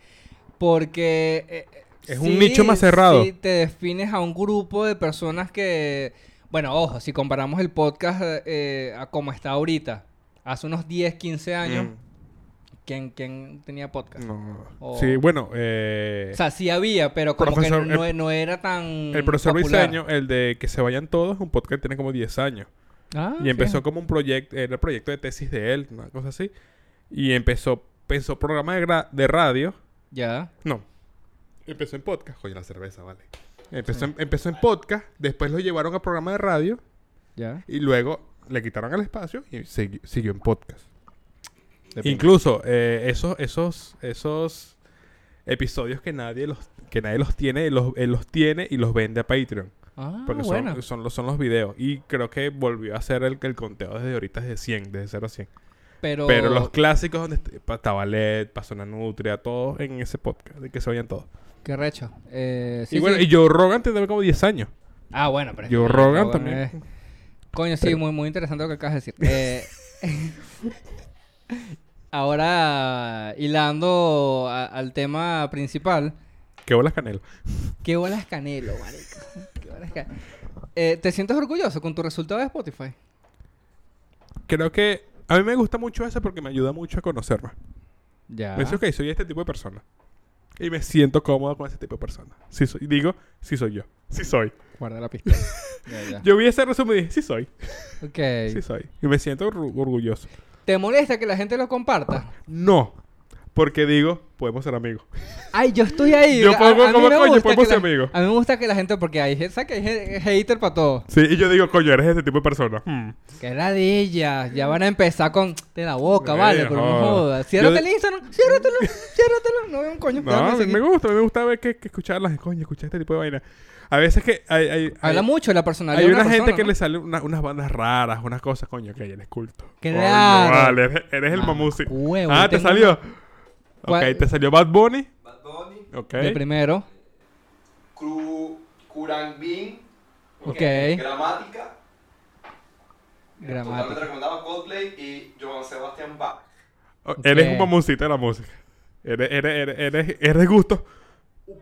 Porque... eh, eh,
Es un nicho más cerrado.
sí te defines a un grupo de personas que... Bueno, ojo, si comparamos el podcast eh, a como está ahorita, hace unos 10, 15 años, ¿quién, quién tenía podcast?
Mm, no.
O-
Sí, bueno, eh,
O sea, sí había, pero como
Profesor,
que no,
el-
no era tan...
el profesor
popular.
Briseño, el de que se vayan todos, un podcast que tiene como 10 años.
Ah,
Y empezó
fíjate.
como un proyecto, era el proyecto de tesis de él, una cosa así. Y empezó, pensó programa de, gra- de radio.
Ya.
No. Empezó en podcast. Coño, la cerveza, vale. Empezó, en, empezó en podcast, después lo llevaron a programa de radio
Ya.
y luego le quitaron el espacio y sigui- siguió en podcast. Incluso eh, esos, esos, esos episodios que nadie los, que nadie los tiene, él los, él los tiene y los vende a Patreon.
Ah,
Porque son-
buena.
son, los, son los videos. Y creo que volvió a hacer el, el conteo desde ahorita desde 100, desde 0 a 100.
Pero,
Pero los clásicos donde est- pa- Tabalet, Pasona Nutria, todos en ese podcast, de que se vayan todos.
Qué recho. Eh, sí,
y bueno,
sí.
y Joe Rogan tendrá como 10 años.
Ah, bueno, pero... es
Joe
que-
Rogan
bueno,
también.
eh. Coño, sí,
Pero-
muy, muy interesante lo que acabas de decir. Eh, ahora, hilando a- al tema principal,
Qué bolas Canelo.
¿qué bolas Canelo, marico? ¿Qué bolas Canelo? Eh, ¿Te sientes orgulloso con tu resultado de Spotify?
Creo que a mí me gusta mucho eso porque me ayuda mucho a conocerme.
Ya.
Me
Ah.
dice, ok, soy este tipo de persona. Y me siento cómodo con ese tipo de persona. Sí soy, digo, sí soy yo. Sí soy.
Guarda la pistola. ya, ya.
Yo vi ese resumen y dije, sí soy.
Ok.
Sí soy. Y me siento orgu- orgulloso.
¿Te molesta que la gente lo comparta?
No. Porque digo, podemos ser amigos.
Ay, yo estoy ahí.
Yo
A-
pongo
a mí
como
me
coño,
gusta
podemos
que la-
ser amigos.
A mí me gusta que la gente, porque hay, ¿sabes que hay he- hater para todo?
Sí, y yo digo, coño, eres ese tipo de persona. Hmm.
Que la de ella. Ya van a empezar con. De la boca,
Eh,
vale, pero no
joda.
jodas.
Yo
Ciérrate
de-
el Instagram, ciérratelo, ciérratelo. No veo un coño.
No,
dame
a mí
seguir.
me gusta, a mí me gusta ver que, que escucharlas. Coño, escuchar este tipo de vaina. A veces que hay, hay, hay-
Habla mucho de la personalidad.
Hay
de
una, gente
persona,
que
¿no?
le sale una- unas bandas raras, unas cosas, coño, que eres culto. Coño,
Claro.
vale, eres, eres el
Mamá
mamusi.
huevo,
Ah,
yo
te
tengo
salió.
¿Cuál?
Ok, te salió Bad Bunny.
Bad Bunny,
Ok.
De primero.
Cru, Kurangbin,
Ok.
Gramática. Totalmente
Gramática.
recomendado Coldplay y Joan Sebastián Bach.
O- Oh, Eres
Ok.
un mamusito de la música. Eres, eres, eres, eres, eres gusto.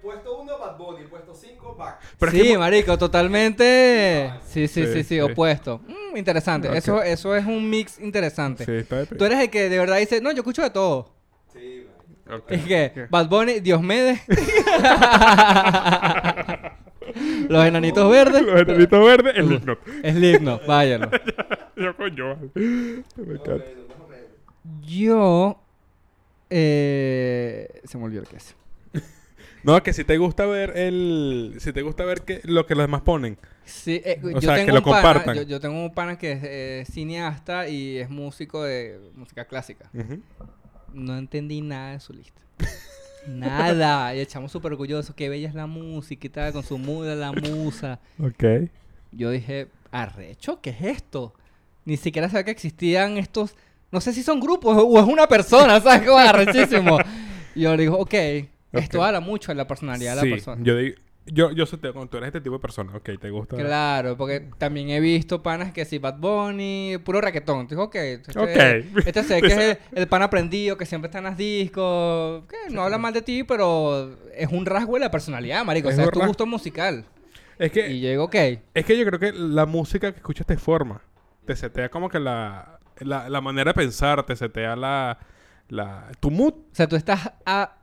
Puesto 1, Bad Bunny. Puesto 5, Bach.
Pero es
sí,
que-
marico, totalmente. Sí, sí, sí, sí,
Sí, sí.
opuesto. Mm, interesante.
Ok.
Eso, eso es un mix interesante.
Sí, está de pe-
Tú eres el que de verdad dice, no, yo escucho de todo.
Sí, man.
Ok.
Es que Bad Bunny, Diomedes, los enanitos verdes,
Los enanitos verdes, el hipno.
Slipknot, váyalo.
Yo, coño, vale. Me
Más o
encanta.
menos, más o menos.
Yo eh, se me olvidó el que hace.
No, que si te gusta ver el. Si te gusta ver que, lo que los demás ponen.
Sí, eh,
O
yo
sea,
tengo
que lo
un pana-
compartan.
yo, yo tengo un pana que es eh, cineasta y es músico de música clásica.
Ujú.
No entendí nada de su lista. Nada, y echamos súper orgulloso. Qué bella es la música y tal, con su muda, la musa.
Ok.
Yo dije, arrecho, ¿qué es esto? Ni siquiera sabía que existían estos, no sé si son grupos o es una persona, ¿sabes? Como arrechísimo. Y yo le digo, ok, esto
Ok.
habla mucho de la personalidad de
Sí,
la persona.
Yo, digo, yo, yo soteo cuando tú eres este tipo de persona, ok, te gusta.
Claro, porque también he visto panas que si Bad Bunny, puro raquetón. Digo, ok, este,
Ok.
este sé que es el, el pan aprendido, que siempre está en las discos, que no habla mal de ti, pero es un rasgo de la personalidad, marico.
Es
o sea,
un
es tu
rasgo. Eh,
gusto musical.
Es
Y
que,
yo digo, ok,
es que yo creo que la música que escuchas te forma. Te setea como que la, la, la manera de pensar, te setea la, la, tu mood.
o sea, tú estás a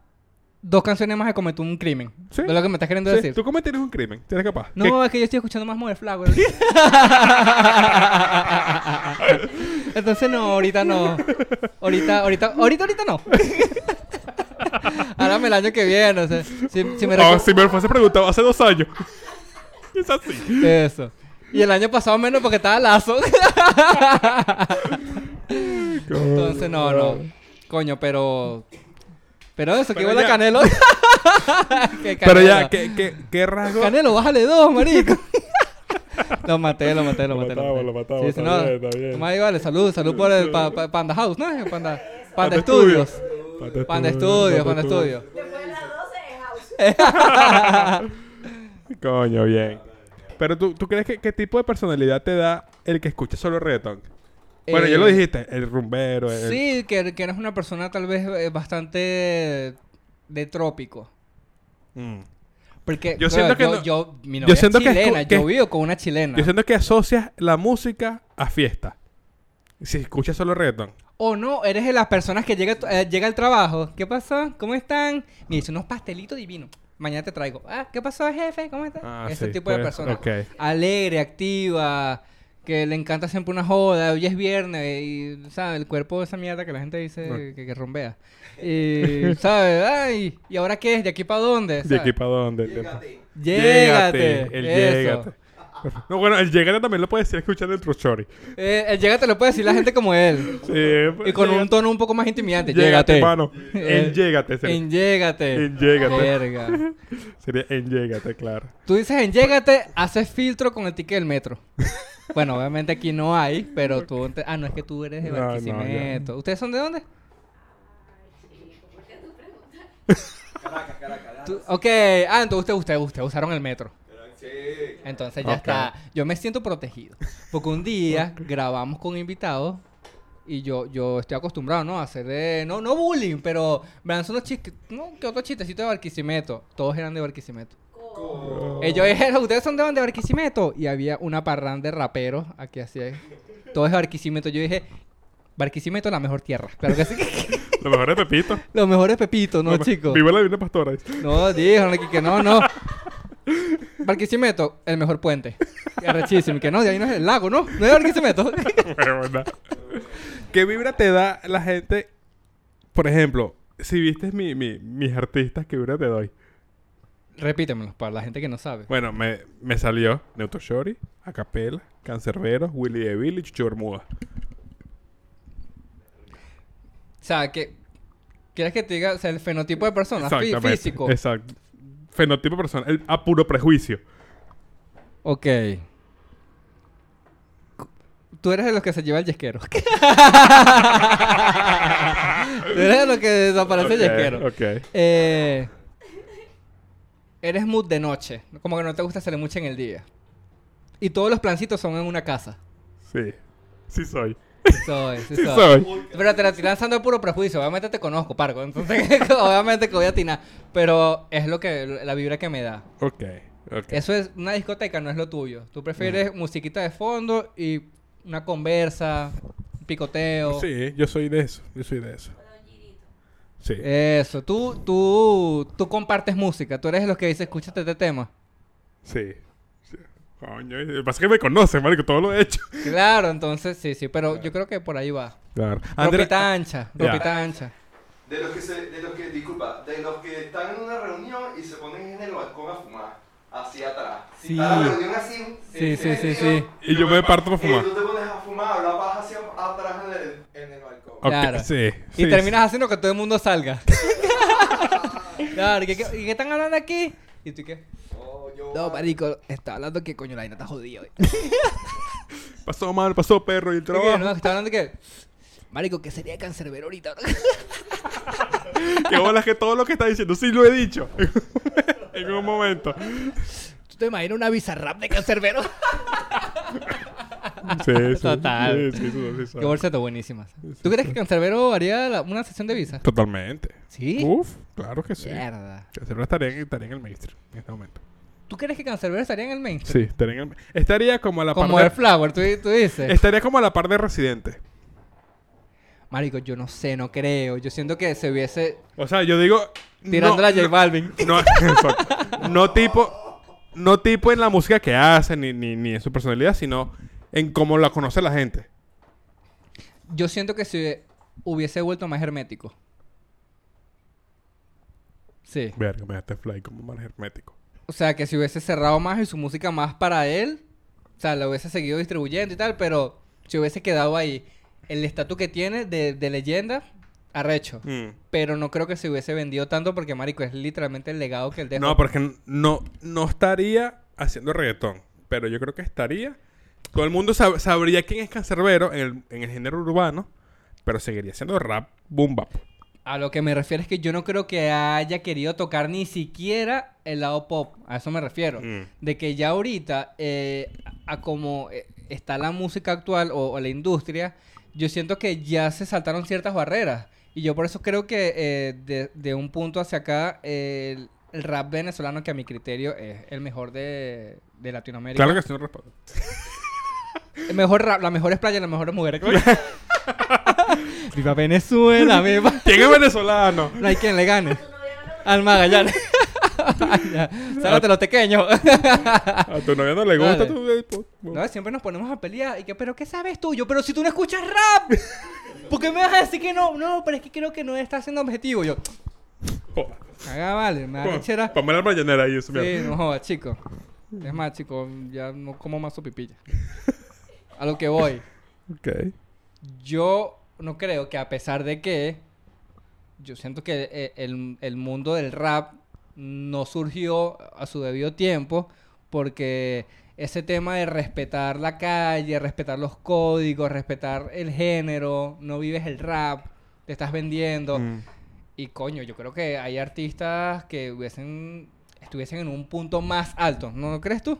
dos canciones más de cometer un crimen.
Sí.
Es lo que me estás queriendo
Sí,
decir.
Tú cometieres un crimen, tienes capaz.
No,
Que-
es que yo estoy escuchando más Motherflower. Entonces no, ahorita no. Ahorita, ahorita, ahorita, ahorita no. Háblame el año que viene. o sea, si, si me
Ah,
recu-
si me lo fuese preguntado hace dos años. es así.
Eso. Y el año pasado menos porque estaba lazo. Entonces no, no. Coño, pero. Pero eso, que
Pero
huele a
ya.
Canelo. Que
Pero ya,
Canelo.
¿qué, qué, qué rasgo?
Canelo, bájale dos, marico. lo maté, lo maté, lo,
Lo
maté.
matamos, lo matamos,
sí,
está
no,
bien, está bien.
Más vale, salud, salud por el pa- pa- Panda House, ¿no? Panda, Panda
Panda
Studios.
Panda
Panda Studios, Panda Studios.
Después de las 12 es house.
Coño, bien. Pero tú, ¿tú crees que qué tipo de personalidad te da el que escucha solo reggaetón? Bueno,
Eh,
ya lo dijiste, el rumbero, el...
Sí, que, que eres una persona tal vez eh, bastante de trópico.
Mm.
Porque
Yo
bro,
siento que
yo,
no-
yo- mi
yo
novia es
siento que es
chilena,
co- que-
yo vivo con una chilena.
Yo siento que asocias la música a fiesta. Si escuchas solo reggaetón.
O no, eres de las personas que llega, a tu- eh, llega al trabajo. ¿Qué pasó? ¿Cómo están? Me hice unos pastelitos divinos. Mañana te traigo. Ah, ¿qué pasó, jefe? ¿Cómo estás?
Ah,
Ese
sí,
tipo de
pues,
personas.
ok.
Alegre, activa, que le encanta siempre una joda. Hoy es viernes y, ¿sabes? El cuerpo de esa mierda que la gente dice
Ah.
que, que rombea. Y, ¿sabes? Ay, ¿y ahora qué es? ¿De aquí para dónde?
¿De
¿Sabes?
aquí para dónde?
Fíjate.
Llégate.
El
Eso.
llégate. No, bueno, el llégate también lo puedes decir escuchando el Truchori.
Eh, el llégate lo puede decir la gente como él.
Sí,
Y con un
llégate,
tono un poco más intimidante.
Llégate,
Llégate.
hermano.
Eh,
El llégate. sería.
En llégate.
En llégate.
Verga.
Sería en llégate, claro.
Tú dices en llégate, haces filtro con el ticket del metro. bueno, obviamente aquí no hay, pero tú... ente- Ah, no, es que tú eres de
No, no, ya.
Barquisimeto. ¿Ustedes son de dónde?
¿Por qué tú preguntas?
Caracas, Caracas.
Tú- Ok. Ah, entonces ustedes, ustedes, ustedes usaron el metro.
Caracas. Sí.
Entonces ya
Ok.
está. Yo me siento protegido. Porque un día grabamos con invitados y yo, yo estoy acostumbrado, ¿no? A hacer de... No, no bullying, pero me lanzó unos chistes... No, que otro chistecito de Barquisimeto. Todos eran de Barquisimeto.
Co-
Ellos dijeron, ¿ustedes son de dónde? Barquisimeto. Y había una parranda de raperos aquí así. Todo es Barquisimeto. Yo dije, Barquisimeto es la mejor tierra. Claro que sí.
Lo mejor es Pepito.
Lo mejor es Pepito, ¿no,
Lo me-
chicos?
Viva la Divina Pastora.
No, dijeron aquí que no, no. Barquisimeto, el mejor puente. Y Arrechísimo. Que no, de ahí no es el lago, ¿no? No es Barquisimeto.
Huevona. ¿Qué vibra te da la gente? Por ejemplo, si viste mi- mi- mis artistas, ¿qué vibra te doy?
Repítemelo para la gente que no sabe.
Bueno, me, me salió Neutro Shorty, Acapela, Cancerbero, Willy de Billy, Chucho Bermuda.
O sea, que... ¿Quieres que te diga o sea, el fenotipo de persona? fí-
Exactamente.
Físico.
Exacto. Fenotipo personal, el- a puro prejuicio.
Ok. Tú eres de los que se lleva el yesquero. Tú eres de los que desaparece
Ok,
el yesquero.
ok.
Eh, eres mood de noche. Como que no te gusta salir mucho en el día. Y todos los plancitos son en una casa.
Sí. Sí soy.
Sí soy, sí
Sí
soy.
soy.
Pero te la estoy lanzando de puro prejuicio. Obviamente te conozco, Parco. Entonces, obviamente que voy a atinar. Pero es lo que, la vibra que me da.
Ok. Ok.
Eso es una discoteca, no es lo tuyo. Tú prefieres musiquita de fondo y una conversa, un picoteo.
Sí, yo soy de eso. Yo soy de eso.
Don Girito.
Sí.
Eh. Eso, tú, tú, tú compartes música. Tú eres de los que dice, escúchate este tema.
Sí. Sí. Coño, y- pasa que me conoce, marico, todo lo he hecho.
Claro, entonces sí, sí, pero yo creo que por ahí va.
Claro.
Ropita ancha,
ah, Ya.
ropita ancha.
De los que se, de los que, disculpa, de los que están en una reunión y se ponen en el balcón a fumar, hacia atrás. Si
Sí.
está la reunión así,
Sí, sí, sí, sí.
sentido,
Y yo me parto para
Y
fumar.
tú te pones a fumar, la vas hacia atrás en el, en el balcón.
Ok,
Claro.
Sí.
Y
sí,
terminas haciendo que todo el mundo salga. claro, ¿y qué, qué- y qué están hablando aquí? ¿Y tú qué?
Oh, yo-
No, marico, está hablando que coño la vaina está jodida hoy.
sí. Pasó mal, pasó perro y el
¿Qué,
trabajo.
no, está hablando que. Marico, que sería cancerbero ahorita.
Qué bolas que todo lo que está diciendo, sí lo he dicho. en un momento.
¿Tú te imaginas una bizarrap de cancerbero?
Sí, sí.
Total.
Sí, sí, sí, sí, sí.
Qué bolseto buenísimas. ¿Tú crees que cancerbero haría la- una sesión de visa?
Totalmente.
Sí.
Uf, claro que sí.
Mierda.
Que seguro estaría, en- estaría en el mainstream en este momento.
¿Tú crees que cancerbero estaría en el mainstream?
Sí, estaría en el Estaría como a la
Como
par
el flower, tú, tú dices.
de... Estaría como a la par de Residente.
Marico, yo no sé, no creo. Yo siento que se hubiese
O sea, yo digo.
tirando la
no,
J Balvin.
No, exacto. No tipo, no tipo en la música que hace, ni, ni, ni en su personalidad, sino en cómo la conoce la gente.
Yo siento que se hubiese vuelto más hermético. Sí.
Verga, me dejaste fly como más hermético.
O sea, que si hubiese cerrado más y su música más para él, o sea, la hubiese seguido distribuyendo y tal, pero si hubiese quedado ahí el estatus que tiene de, de leyenda, arrecho.
Mm.
Pero no creo que se hubiese vendido tanto porque, marico, es literalmente el legado que él dejó.
No, porque no, no estaría haciendo reggaetón. Pero yo creo que estaría. Todo el mundo sab- sabría quién es Cancerbero en el, en el género urbano. Pero seguiría siendo rap boom bap.
A lo que me refiero es que yo no creo que haya querido tocar ni siquiera el lado pop. A eso me refiero.
Mm.
De que ya ahorita, eh, a como eh, está la música actual o, o la industria, yo siento que ya se saltaron ciertas barreras. Y yo por eso creo que eh, de, de un punto hacia acá, eh, el, el rap venezolano, que a mi criterio es el mejor de, de Latinoamérica.
Claro que estoy respeto.
El mejor rap, las mejores playas, las mejores mujeres. viva Venezuela, viva.
¿Quién es venezolano?
No hay quien le gane.
Tu novia no
Al Magallanes. Sálvate los pequeños.
A tu novia no le gusta.
Dale.
tú, eh, pu- pu-
No, siempre nos ponemos a pelear. Y que, pero ¿qué sabes tú? Yo, pero si tú no escuchas rap, ¿por qué me vas a decir que no? No, pero es que creo que no está siendo objetivo. Yo,
Joda.
caga, vale, me da
Pon-
rechera.
Ponme la mañanera ahí, eso,
Ah, Sí,
mira.
no jodas, chico. Es más, chico, ya no como más sopipilla. A lo que voy.
Ok.
Yo no creo que a pesar de que yo siento que eh, el, el mundo del rap no surgió a su debido tiempo porque ese tema de respetar la calle, respetar los códigos, respetar el género, no vives el rap, te estás vendiendo.
Mm.
Y coño, yo creo que hay artistas que hubiesen, estuviesen en un punto más alto, ¿no crees tú?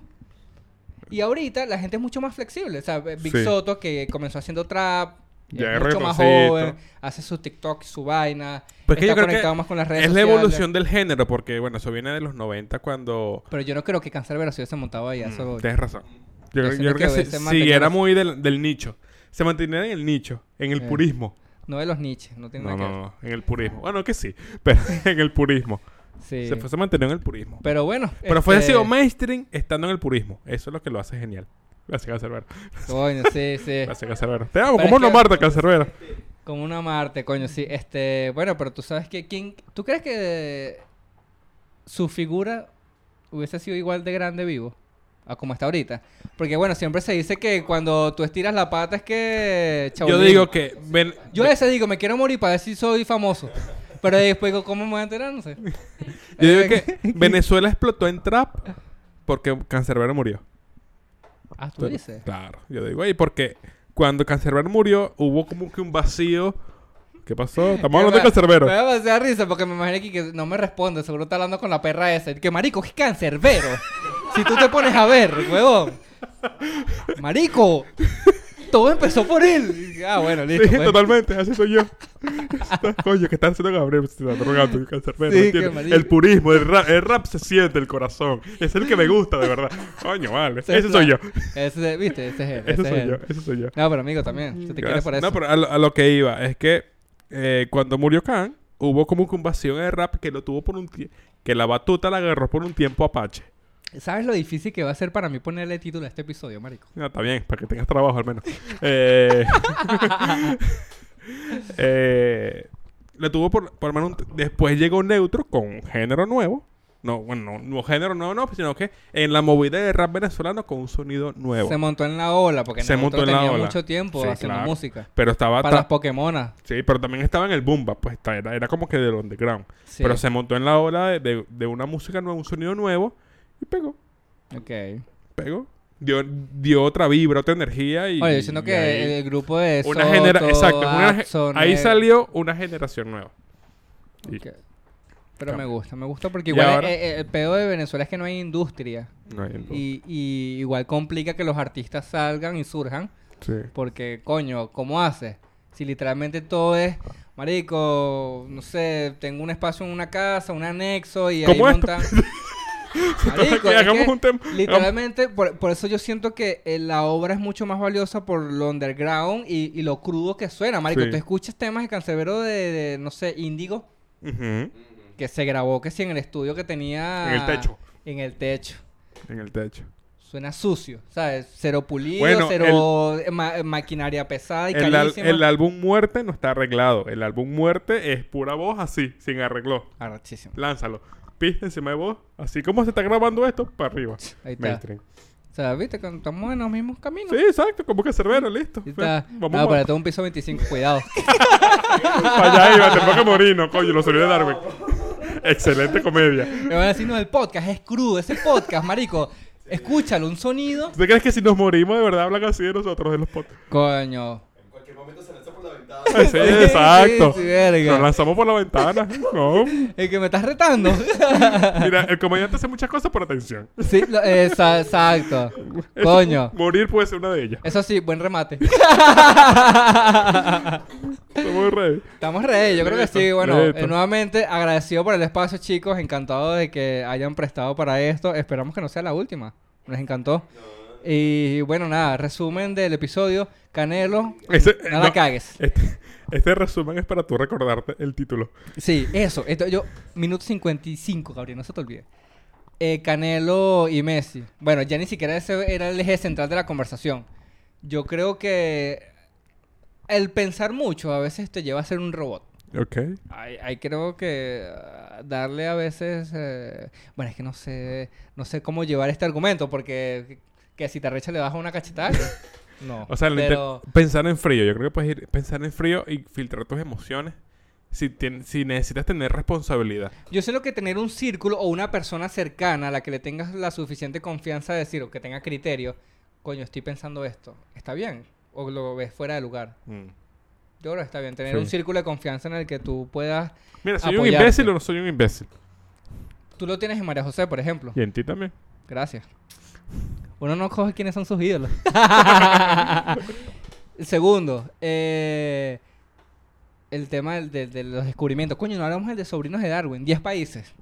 Y ahorita la gente es mucho más flexible. O sea, Big
Sí.
Soto, que comenzó haciendo trap,
Ya
es
es
mucho más
reggaetoncito.
joven, hace su TikTok, su vaina,
Pues que yo
está
creo
conectado
que
más con las redes
Es la
sociales.
evolución del género, porque bueno, eso viene de los 90 cuando.
Pero yo no creo que Cancerbero se hubiese montado ahí. a eso voy.
Tienes razón. Yo,
Yo
creo- yo
siento
creo que,
que
si-
hubiese
siguiera
mantenido-
muy del, del nicho. Se mantiene en el nicho, en el
Eh.
purismo.
No de los Nietzsche, no tiene
No,
nada que
no, no, en el purismo. Bueno, que sí, pero en el purismo.
ver. Sí.
Se, fue, se mantenió en el purismo.
Pero bueno.
Pero fue
este,
sido mainstream estando en el purismo. Eso es lo que lo hace genial. Gracias, Cancerbero.
Coño, sí, sí.
Gracias, Cancerbero. Te amo,
Eh, Pero
como
es
no
que-
Marta, Cancerbero.
Como una Marte, coño, sí. Este, bueno, pero tú sabes que quién ¿tú crees que su figura hubiese sido igual de grande vivo a como está ahorita? Porque bueno, siempre se dice que cuando tú estiras la pata es que
Yo
chabolín.
digo que. ven-
Yo a veces digo, me quiero morir para ver si soy famoso. Pero después digo, ¿cómo me voy a enterar? No sé.
Yo digo que Venezuela explotó en trap porque Cancerbero murió.
Ah, tú dices.
Claro, yo digo ahí porque cuando Cancerbero murió hubo como que un vacío. ¿Qué pasó? Estamos hablando de Cancerbero.
Me va a pasar risa porque me imagino aquí que no me responde. Seguro está hablando con la perra esa. Que marico, ¿qué cancerbero? si tú te pones a ver, huevón. Marico, todo empezó por él. Ah, bueno, listo.
Sí,
pues.
totalmente, así soy yo. Está- Coño, que están haciendo Gabriel, se está drogando, el cancerbero,
Sí,
¿me
qué
entiendes?
marido.
El purismo, el rap, el rap se siente el corazón. Es el que me gusta, de verdad. Coño, vale.
Ese es
Ese soy yo.
plan. Ese, ¿Viste? Ese es él.
Ese
ese es
soy yo,
él.
ese soy yo.
No, pero amigo, también. Se te quiere por
Gracias.
eso.
No, pero a lo, a lo que iba es que eh, cuando murió Khan, hubo como que un vacío en el rap que lo tuvo por un tiempo. Que la batuta la agarró por un tiempo Apache.
¿Sabes lo difícil que va a ser para mí ponerle título a este episodio, marico?
No, está bien, para que tengas trabajo al menos. Eh, eh, lo tuvo por, por menos un t- Después llegó Neutro con un género nuevo. No, bueno, no, no género nuevo, no, sino que en la movida de rap venezolano con un sonido nuevo.
Se montó en la ola porque
Se
nosotros
montó en la
tenía
ola.
mucho tiempo
Sí,
haciendo
claro.
música.
Pero estaba.
Para las
ta-
Pokémonas.
sí, pero también estaba en el Bumba, pues ta- era, era como que del underground.
Sí.
Pero se montó en la ola de, de- de una música nueva, un sonido nuevo y pegó.
Ok.
Pegó. Dio, dio otra vibra, otra energía y.
Oye, yo siento
y
que
ahí-
el grupo de
una
Soto,
genera exacto una ge-
Axon,
ahí
eh,
salió una generación nueva Y-
ok. Pero me
Cambio.
gusta, me gusta porque
Y
igual
ahora-
eh, eh, el pedo de Venezuela es que no hay industria.
no hay duda.
Y, y igual complica que los artistas salgan y surjan.
Sí.
Porque, coño, ¿cómo haces? Si literalmente todo es, marico, no sé, tengo un espacio en una casa, un anexo y ahí
¿Cómo esto?
montan. Marico,
que
es
hagamos
que
un tema-
Literalmente, por, por eso yo siento que eh, la obra es mucho más valiosa por lo underground y, y lo crudo que suena. Marico,
Sí.
tú escuchas temas de Cancerbero de, de, no sé, Índigo,
Ujú.
que se grabó que sí en el estudio que tenía.
En el techo.
En el techo.
En el techo.
Suena sucio, ¿sabes? Cero pulido,
Bueno,
cero eh, ma- maquinaria pesada y
El, al-
carísima.
el álbum Muerte no está arreglado. El álbum Muerte es pura voz así, sin arreglo.
Arrechísimo.
Lánzalo. Piste encima de voz. Así como se está grabando esto, para arriba.
Ahí está.
Mainstream.
O sea, viste, Cuando estamos en los mismos caminos.
Sí, exacto. Como que Cerbero, listo.
Y está,
Vamos
ah,
a-
para todo un piso 25, cuidado.
para allá iba, te toca morir, no, coño, lo salió de Darwin. Excelente comedia.
Me van a decir, no, el podcast es crudo, ese podcast, marico. Escúchalo, un sonido.
¿Tú crees que si nos morimos de verdad hablan así de nosotros en los podcasts?
Coño.
En cualquier momento se lanza por la ventana.
Sí, exacto.
sí, verga.
Nos lanzamos por la ventana. No.
El que me estás retando.
Mira, el comediante hace muchas cosas por atención.
sí, lo- esa- exacto.
Eso-
Coño.
Morir puede ser una de ellas.
Eso sí, buen remate.
Somos rey.
Estamos ready, yo creo que sí.
Listo,
Bueno,
listo.
eh, nuevamente agradecido por el espacio, chicos. Encantado de que hayan prestado para esto. Esperamos que no sea la última. Nos encantó. Y bueno, nada, resumen del episodio. Canelo,
Ese- eh,
no la
no,
cagues.
Este, este resumen es para tú recordarte el título.
Sí, eso. Esto, yo, minuto 55, Gabriel, no se te olvide. Eh, Canelo y Messi. Bueno, ya ni siquiera ese era el eje central de la conversación. Yo creo que el pensar mucho a veces te lleva a ser un robot.
Ok.
Ahí ahí creo que ah, darle a veces... eh, bueno, es que no sé, no sé cómo llevar este argumento porque que si te arrecha le das una cachetada. no.
O sea, lo inte-
pero...
pensar en frío. Yo creo que puedes ir pensar en frío y filtrar tus emociones si, tien- si necesitas tener responsabilidad.
Yo siento que tener un círculo o una persona cercana a la que le tengas la suficiente confianza de decir o que tenga criterio, coño, estoy pensando esto, ¿está bien? ¿O lo ves fuera de lugar?
Mm.
Yo creo que está bien. Tener
Sí.
un círculo de confianza en el que tú puedas...
Mira, ¿soy un
Apoyarte.
imbécil o no soy un imbécil?
Tú lo tienes en María José, por ejemplo.
Y en ti también.
Gracias. Uno no coge quiénes son sus ídolos. Segundo, eh, el tema del- del- de, los descubrimientos. Coño, no hablamos del de Sobrinos de Darwin. 10 países.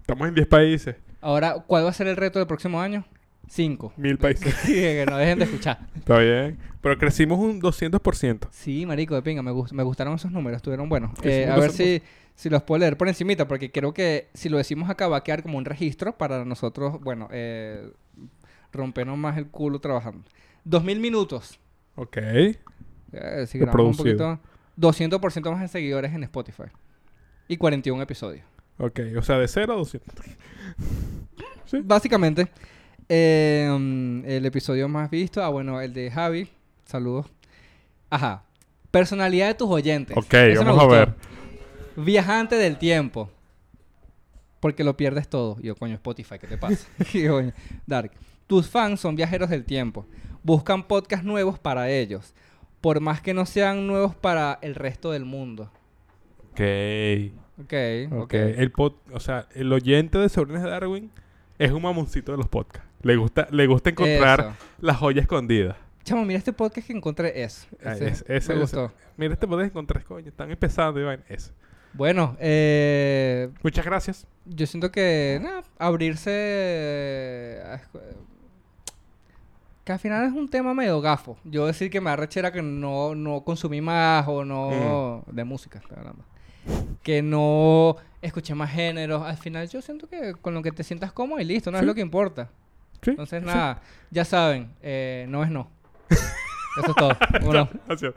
Estamos en 10 países,
Ahora, ¿cuál va a ser el reto del próximo año? 5.
mil países.
que no dejen de escuchar.
Está bien. Pero crecimos un 200%.
Sí, marico, de pinga. Me, gust- me gustaron esos números. Estuvieron buenos.
Sí,
Eh,
sí,
a
los
ver
hemos-
si, si los puedo leer por encimita. Porque creo que si lo decimos acá va a quedar como un registro para nosotros, bueno, eh, rompernos más el culo trabajando. 2000 minutos.
Ok.
Eh, si
De
grabamos un
producido.
poquito... 200% más de seguidores en Spotify. Y 41 episodios.
Ok. O sea, de 0 a 200. Sí.
Básicamente, eh, mm, el episodio más visto... Ah, bueno, el de Javi. Saludos. Ajá. Personalidad de tus oyentes.
Ok,
Eso me
vamos a
gustó.
ver.
Viajante del tiempo. Porque lo pierdes todo. Y Yo, coño, Spotify, ¿qué te pasa? Y yo, coño, Dark. Tus fans son viajeros del tiempo. Buscan podcasts nuevos para ellos. Por más que no sean nuevos para el resto del mundo.
Ok.
Ok, ok.
Ok. El pod, o sea, el oyente de Sobrinos de Darwin es un mamoncito de los podcasts. Le gusta, le gusta encontrar
Eso.
las joyas escondidas.
Chamo, mira este podcast que encontré. Es.
Ah,
Ese
ese- ese-
me
ese.
gustó.
Mira, este podés encontrar, coño. Están empezando, Iván. Eso.
Bueno, eh,
Muchas gracias.
yo siento que nada, abrirse... eh, a escu- Que al final es un tema medio gafo. Yo decir que me da rechera que no, no consumí más o no...
Mm.
De música, estoy hablando. Que no escuché más géneros. Al final yo siento que con lo que te sientas cómodo y listo, no
Sí.
es lo que importa.
Sí.
Entonces nada, ya saben, eh, no es no. Eso es todo. Bueno.
Gracias.